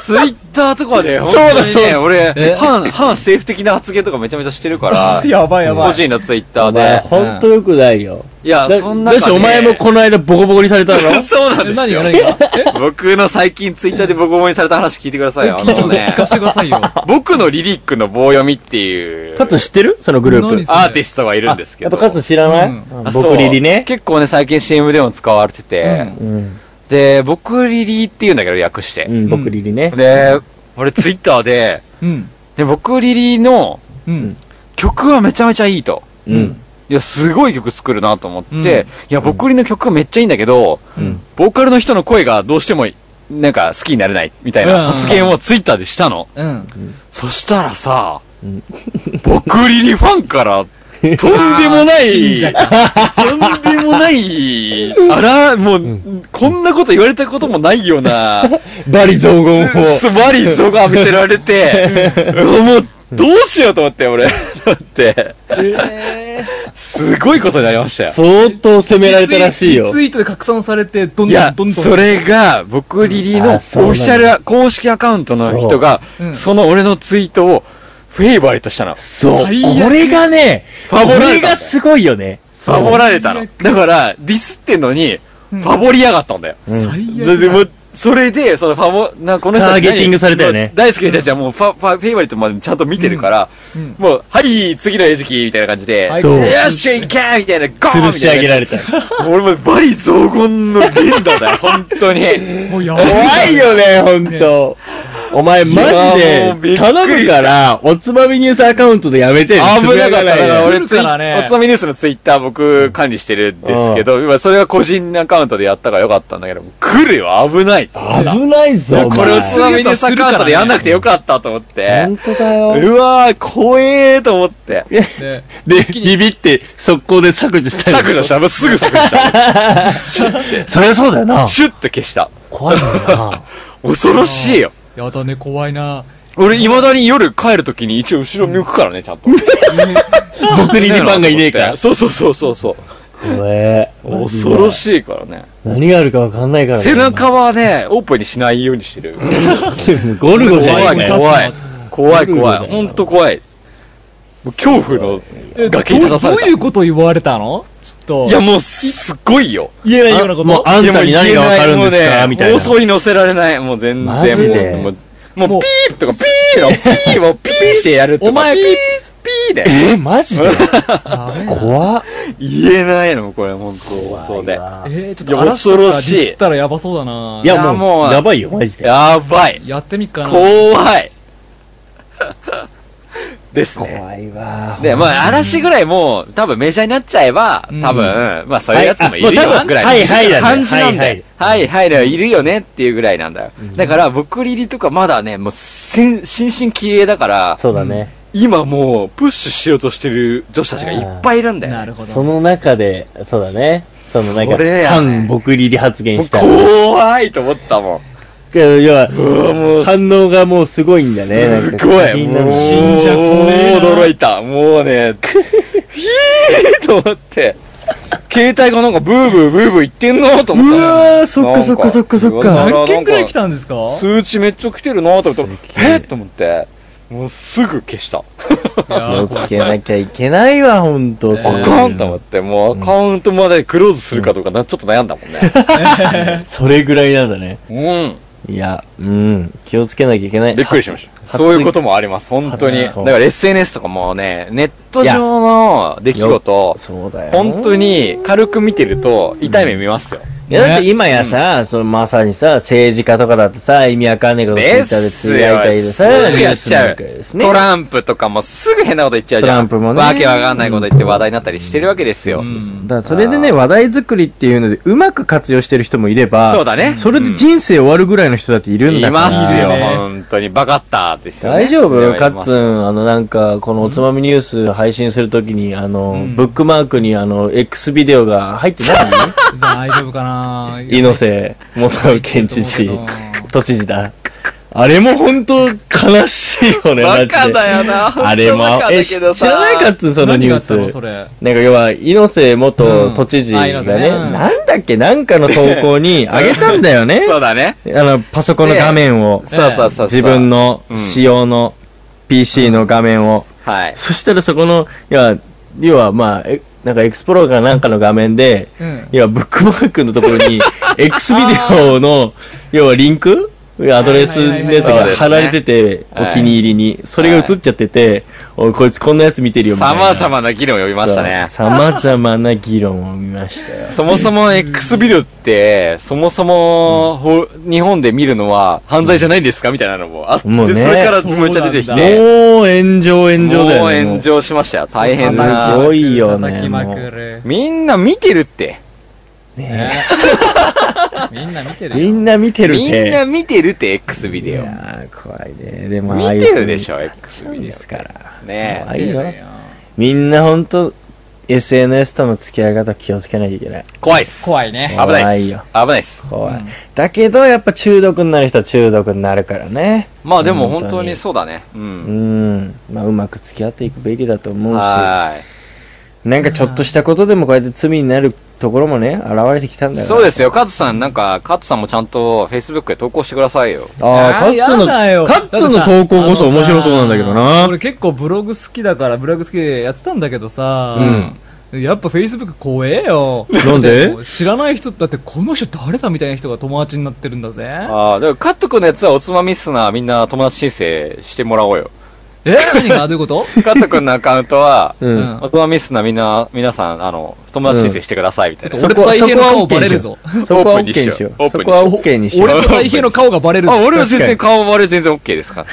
ツイッターとかで、本 そう当だにそうね、だ俺え、反、反政府的な発言とかめちゃめちゃしてる から、やばいやばい。個人のツイッタお前、ーで。ほんとよくないよ。いや、だそんなだし、お前もこの間ボコボコにされたの そうなんえ、です何よが。何が 僕の最近ツイッターで僕思いにされた話聞いてくださいよ。あのね聞、かせてくださいよ。僕のリリックの棒読みっていうカッツン知ってるそのグルー何プ。アーティストがいるんですけやっど。ぱカッツン知らない、うんあそう僕リリね。結構ね、最近 CM でも使われてて、うん。で、僕リリって言うんだけど、訳してう。ん、僕リリね。で、俺ツイッターで、うん。で僕リリのうん。曲はめちゃめちゃいいと。うん。いや、すごい曲作るなと思って、うんいや、僕リリの曲めっちゃいいんだけど、うん。ボーカルの人の声がどうしても、なんか好きになれない、みたいなうん発言をツイッターでしたの。うん。そしたらさん、僕リリファンから、とんでもな信い、者とんでもない、あら、もう、こんなこと言われたこともないような、バリ雑言法。すばりそが見せられて、もう、どうしようと思って、俺。だって、すごいことになりましたよ。相当責められたらしいよリ。ツイートで拡散されて、どんいどやんどんどん。、それが、僕リリーのあオそうなんフィだシャル、公式アカウントの人がそうう、んその俺のツイートを、フェイバリットしたの。そう。最悪これがね、フこァボられたんだよれがすごいよね。サボられたの。だから、ディスってんのに、ファボりやがったんだよ。最だって悪。もうそれで、そのファボ、な、この人たち何ターゲティングされたよもねう大好きな人たちはもうファ、ファ、フェイバリットまでちゃんと見てるから、んもう、はい、次の餌食みたいな感じで、はいそうよっしゃ、いけーみたいな、ゴーン吊るみした上いげな。られた。俺もバリ雑言の連打だよ、本当 に。もうやばい。怖いよね、ほんと。お前マジいやもうびっくりしで、た頼むから、おつまみニュースアカウントでやめて、危なかった。だからよ俺ツイ来るからねおつまみニュースのツイッター僕管理してるんですけど、今それは個人アカウントでやったからよかったんだけど、来るよ、危ない。危ないぞ、おこれ前おつまみニュースアカウントでやんなくてよかったと思って。本当だよ。うわー、怖えーと思って。ねで、ビビって、速攻で削除した削除した。もうすぐ削除した。 た。そりゃそうだよな。シュッと消した。怖いもんな。恐ろしいよ。やだね、怖いな。俺、未だに夜帰るときに一応後ろ向くからね、ちゃん と。僕にリファンがいねえから。 そうそうそうそうそう。怖え。恐ろしいからね。何があるかわかんないからね。背中はね、オープンにしないようにして る。ゴルゴじゃ怖ないいね。怖い。怖い怖うい。んほんと怖い。もう恐怖のえどう崖に立たさどれうた。いうこと言われたのちょっと。いや、もうすっごいよ。言えないようなこもうと。あんたに何がわかるんですかみたいな。遅いのせられない。もう全然。マジでもうもうもうピーとかピーのピーをピーしてやるとか。お前ピーピーピジでえー、マジで怖っ。言えないの、これ、本当そうで。えー、ちょっと嵐いとかデや恐ィろしいスったらやばそうだないいやや、ももうう、やばいよ、マジで。やばい。やってみっかな怖い。ですね。怖いわで、まあ、嵐ぐらいもう、多分メジャーになっちゃえば、多分、まあ、そういうやつもいはるいあもう多よ、分ぐらい。はいはいだね感じなんはだいよ。はいはいだよ、いるよねっていうぐらいなんだよ。だから、僕入りとかまだね、もう、せん新進気鋭だから、そうだね。今もう、プッシュしようとしてる女子たちがいっぱいいるんだよ。なるほどその中で、そうだね。そのなんかそれ、やね反僕入り発言もうした。怖いと思ったもん。要は反応がもうすごいんだね。なんすかごい。みんもなう、しんじゃこねえな驚いた。もうね、ひーと思って、携帯がなんかブーブーブーブー言ってんなと思ったうね。わー、そっかそっかそっかそっなんか。か何件ぐらい来たんですか数値めっちゃ来てるなと思ったら、えっと思って、もうすぐ消した。気をつけなきゃいけないわ、ほんと。あかんと思って、もうアカウントまでクローズするかどうかな、ちょっと悩んだもんね。それぐらいなんだね。うん。いや、うん。気をつけなきゃいけない。びっくりしまし初た。そういうこともあります、本当に。だ初から SNS とかもうね、ネット上の出来事、そうだよ。本当に軽く見てると痛い目見ますよ。いや、だって今やさ、そのまさにさ、政治家とかだってさ、意味わかんねえことツイでッターでつすぶよやいたりでさ、すぐやっちゃニュースなんうかです。ねトランプとかもすぐ変なこと言っちゃうじゃん。トランプもねわけわかんないこと言って話題になったりしてるわけですよ。だからそれでね、話題作りっていうので、うまく活用してる人もいれば、そうだねそれで人生終わるぐらいの人だっているんいだから。ますよ、本当に。バカッターですよね。大丈でも夫いカますッツン、あの、なんか、このおつまみニュース配信するときに、あの、ブックマークに、あの、X ビデオが入ってない大丈夫 かな猪瀬元県知入事ってないと思うけ、都知事だ。あれも本当悲しいよね、マバジで。カだよな、 あれも本当バ、カえ、だ知けらどさないカッツン、その何ニュがあーったのスそ。れなんか要は、猪瀬元都知事がね、うんあ猪瀬ねうんなんだっけ、なんかの投稿にあげたんだよね。そうだね。あの、パソコンの画面を。そうそうそう。自分。の仕様の PC の画面を。はい。そしたらそこの、要は、要はまあ、えなんかエクスプローかなんかの画面で、ん要はブックマークのところに、X ビデオの、要はリンクアドレスのやつが貼られてて、はいはいはいお気に入りに。それが映っちゃってて、おい、こいつこんなやつ見てるよ、みたいな。様々な議論を呼びましたね。そう様々な議論を見ましたよ。そもそも X ビデオって、そもそも、ほ日本で見るのは犯罪じゃないんですかみたいなのもあって、もうねそれからめっちゃ出てきそうて。もう炎上炎上だもようね。炎上しましたよ。大変すなご。いよね叩きまくるみんな見てるって。 みんな見てもうるみよんな見てるみね。んな見てるって X ビいデオ。やー怖いね。でも、ああい見うて風るでにしょ、なっ X ちゃうビんでデすから。オ。ね怖え。いよ見てるよみんなほんと、SNS との付き合い方気をつけなきゃいけない。怖いっす。怖い危ねな怖いっいす。よ危ないっす。怖い。だけど、やっぱ中毒になる人は中毒になるからね。まあでも本本当当ににそうだね。う。うんん。まあ、うまく付き合っていくべきだと思うし、はーい。なんかちょっとしたことでもこうやって罪になるところもね、現れてきたんだから。。そうですすよ、カツさん、なんか、カツさんもちゃんと Facebook で投稿してくださいよ。ああ、カあーッツンの、やだよカッツンの投稿こそ面白そうなんだけどあのさな。俺結構ブログ好きだからブログ好きでやってたんだけどさ、やっぱフェイスブック怖えよなんでだって知らない人だってこの人誰だみたいな人が友達になってるんだぜああ、だからカット君のやつはおつまみっすな、みんな友達申請してもらおう よ。え何がどういうことカット君のアカウントは、うんうんおつまみっすな、みんな、皆さん、あの、友達申請してください、みたいな。俺と大平の顔バレるぞそこはオープンに OK しにようしよオう。ープンそにしようこは OK にしよう。俺と大平の顔がバレるぞあ、俺は全然顔割れ全然 OK ですか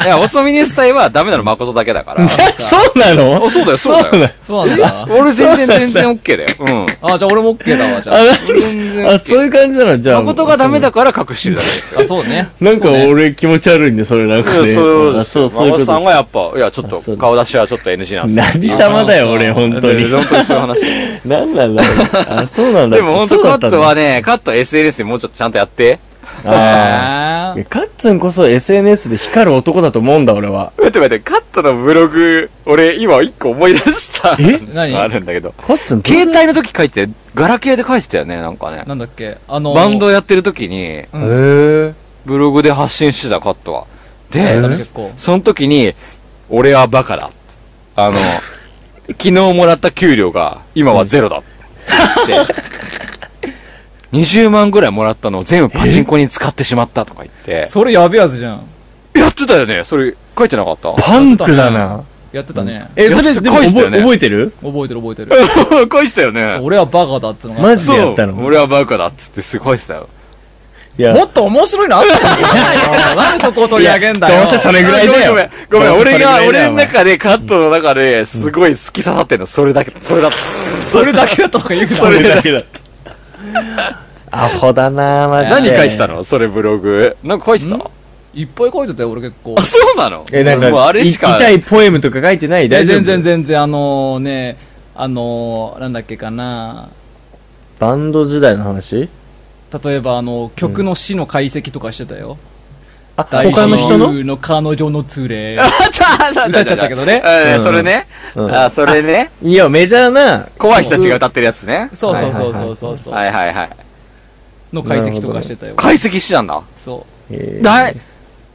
ら。いや、おつまみニュース隊はダメなの誠だけだ から。あ、そうなのそうだよ、そうだよ。そうなんだ俺全然全然 OK だよ。うん。あじゃあ俺も OK だわじゃあ、全然何あ、そういう感じなのじゃあ。誠がダメだから隠してるだけですああそうねなんそかうね俺気持ち悪いんで、それなんかよ。いね。やそうあですそよ。う、そういう誠こと。さんはやっぱ、いや、ちょっとそうです顔出しはちょっと NG なんですよ。何様だよ、俺、本当にいや。本当にそういう話。何なんだろう。あ、そう なんだ。でも本当遅カかったッねトはね、カット SNS にもうちょっとちゃんとやって。ああーいやカッツンこそ SNS で光る男だと思うんだ、俺は。待って待って、カットのブログ、俺今一個思い出した。え何あるんだけど。カッツンどう携帯の時書いて、ガラケーで書いてたよね、なんかねー。なんだっけあのバンドやってる時に、へぇブログで発信してたカットは。で、結構その時に、俺はバカだ。あの、 昨日もらった給料が、今はゼロだ。って言って、20万ぐらいもらったのを全部パチンコに使ってしまったとか言って、それやべえやつじゃんやってたよね、それ書いてなかったパンクだな。やってたね。え、そちれ、ょっとでも恋した覚よねえ覚えてる覚えてる覚えて る。恋したよねそう俺はバカだっつうのがあマった。ジでやったのそう俺はバカだっつってすごいしたよいやも、っと面白いのあったよ。なんでそこを取り上げんだよ。どうせそれぐらいだよごめんごめんごめんどうせ俺それぐらいがだよ俺の中でカットの中ですごい好き刺さってんのそれだけそれだそそれだけだったとか言うそな。れだけだった。 アホだなマジで何返したのそれブログなんか返したんいっぱい書いてたよ、俺結構あ。そうなのえ、なんもうか、あれいしか痛いポエムとか書いてないえ大丈夫全然全然、あのね、あのーなんだっけかな。バンド時代の話例えば、あの、曲の詩の解析とかしてたよ。あ大他の人の親友の彼女の連れ。 あちゃちゃ歌っちゃったけどねうんうんそれねうんあそれねいやメジャーな怖い人たちが歌ってるやつねそうそうそうそうそうそう。はいはいはいの解析とかしてたよ。解析してたんだそえーだい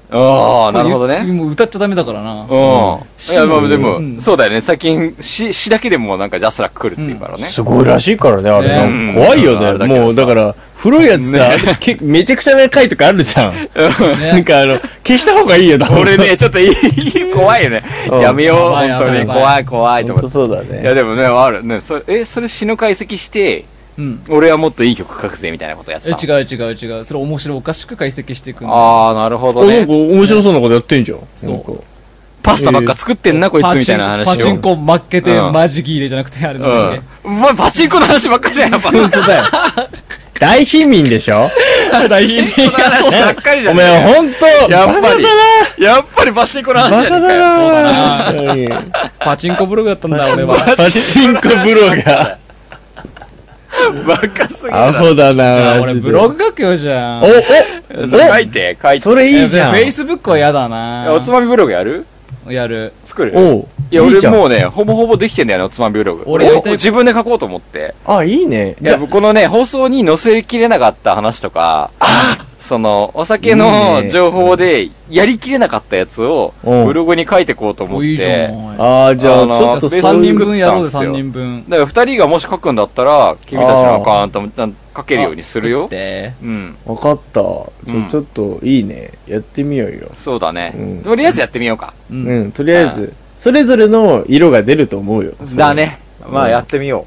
ああう。なるほどねもう歌っちゃダメだからな。うん。いや、まあでうも、んそうだよね。最近、詩、詩だけでもなんかジャスラック来るっていうからね。すごいらしいからねあれねうん怖いあよれだね。けどさもう、だから、古いやつさ、けめちゃくちゃな回とかあるじゃん。なんかあの、消した方がいいよ、多分俺ね、ちょっといい、怖いよね。うんやめよう、やばい本当に。やばい怖い、怖いと本思当っそうだて。いねや、でもね、ある。ね、それ、え、それ詩の解析して、うん。俺はもっといい曲書くぜ、みたいなことやってえ、た。違う違う違う。それ面白おかしく解析していくんだ。ああ、なるほあどなんねか。面白そうなことやってんじゃん。そうなんかパスタばっか作ってんな、こいつ、パみチたいンな話を。パチンコ負けてうんマジギーレじゃなくてあれうなんだっけん。お前、パチンコの話ばっかりじゃん、やっぱ。本当だよ。大貧民でしょ大貧パチンコの話ばっかりじゃおん。前ほんと、やっぱり、やっぱりパチンコの話じゃねえかよ。そうだな。バカだなパチンコブログだったん だ俺は。パチンコブロガバカすぎー。るアだろ。ホだなじゃあマ俺ジでブログ書くよじゃん。お、いお、書いて、書いお、て。それいやいじゃんフ。ェイスブックは嫌だな。おつまみブログやるやる。作るおういや、いい俺じゃんもうね、ほぼほぼできてんだよね、おつまみブログ。俺やりたい自分で書こうと思って。あ、いいね。いじゃや、あこのね、放送に載せきれなかった話とか、その、お酒の情報でやりきれなかったやつを、うんブログに書いてこうと思っおて。いいじゃだん。あー、じゃあ、あちのょちっとょっと3三人人分分ややろろううぜぜ3 3人人分。から二人がもし書くんだったら、君たちのアカウントも書けるようにするよ。で、うん。分かった。ちょうんちょっと、いいね。やってみようよ。そうだね。うんとりあえずやってみようか。うんうん、とりあえず、それぞれの色が出ると思うよ。だね。まうあ、んやってみよう。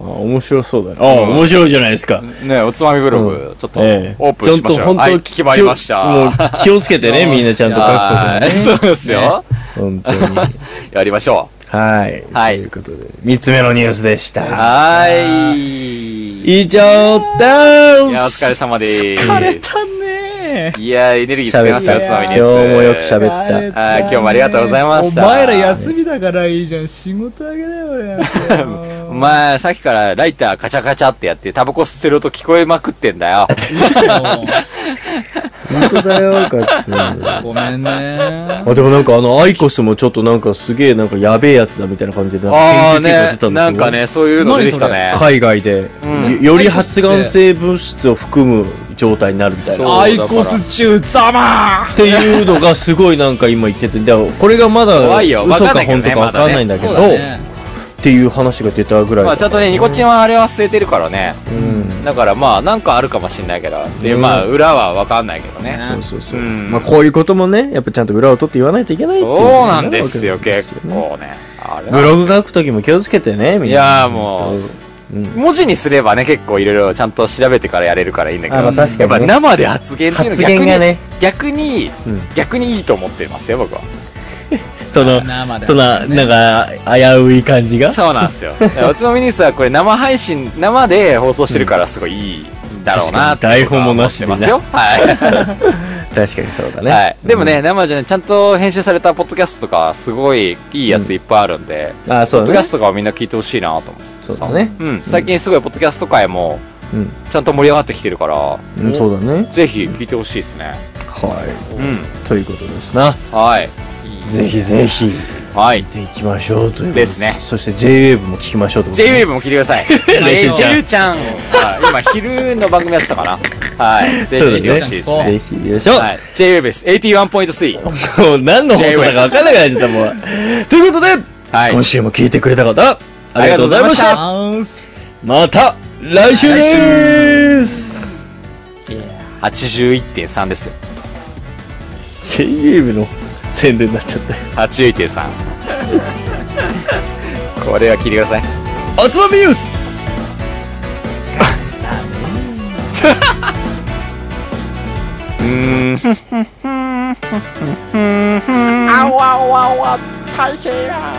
あー。面白そうだね。ああ、うん面白いじゃないですか。ねおつまみブログ、うちょっと、ええオープンしましちょうゃんと本当はい、聞きまいりました。もう気をつけてね、みんなちゃんとは書いそうですよ、くことね。本当に。やりましょはい。はいということで、三つ目のニュースでしう。た。はーい。い以上ですや、お疲れ様でーす。疲れたねいやー、エネルギーつ喋けりままししたよ、おたつまみ今で日す。もよく喋った。はい、今日もありがとうございまおした。前ら休みだからいいじゃん。仕事あげなよ、 俺。お前、さっきからライターカチャカチャってやって、タバコ吸ってる音聞こえまくってんだ よ。本当だよ、ガッツン。ごめんね。あ、でもなんかあの、アイコスもちょっとなんかすげえなんかやべえやつだみたいな感じで、なんあかあ研究結果ね出た、んですよ。なんか。ね、そういうの出てきたね。海外で、うんよより発がん性物質を含む状態になるみたいそうな。アイコス中ざまっていうのがすごいなんか今言ってて、でもこれがまだ怖いよ嘘わかんかないけど本当ねかわかんないんだけど、そうだね。っていう話が出たぐらいまだあ、ちゃんとね、ニコチンはあれは捨ててるからね。うんだからまあなんかあるかもしれないけど、でうんまあ裏はわかんないけどね。そうそうそう、うんまあこういうこともねやっぱちゃんと裏を取って言わないといけないっていうそうなんですよ、結ね構ね。あれブログ書くときも気をつけてねみんないやーもう、うん、文字にすればね、結構いろいろちゃんと調べてからやれるからいいんだけあまあど、確かやっぱにね生で発言っていうの発逆言に、がね逆にうん、逆にいいと思ってますよ、僕は。その生でそんななんか危うい感じがそうなんです よ。だからおつまみニュースはこれ生配信、生で放送してるからすごいいいんだろうな、確かに台本もなしででなますよ。はい。確かにそうだね、はい。でもうね、生じゃね、ちゃんと編集されたポッドキャストとか、すごいいいやついっぱいあるんで、んあーそポッうドキだャねストとかをみんな聞いてほしいなと思ってそうだねうん、最近すごいポッドキャスト界もうん、ちゃんと盛り上がってきてるから、うん、そうだねぜひ聞いてほしいですねはうんいということですなはいぜひぜひはい見ていきましょうということですねそして JWAVE も聞きましょうと JWAVE も聞いてください練習ちゃんえーちゃんはい今昼の番組やってたかなはいぜひ聞いてほしいですそうだねぜひよいしょ、はい JWAVE です81.3もう何の放送だか分からなくなっちゃったもう。ということで、はい今週も聞いてくれた方、ありがとうございましありた。アンス。また来週です81.3ですよ !JWAVE の宣伝になっちゃった。 81.3これは聞いてください。おつまみニュースあおあおあおあ大変や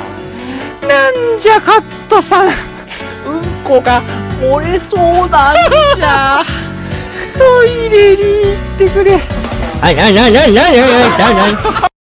なんじゃカットさんうんこが漏れそうなんじゃトイレに行ってくれあららららららら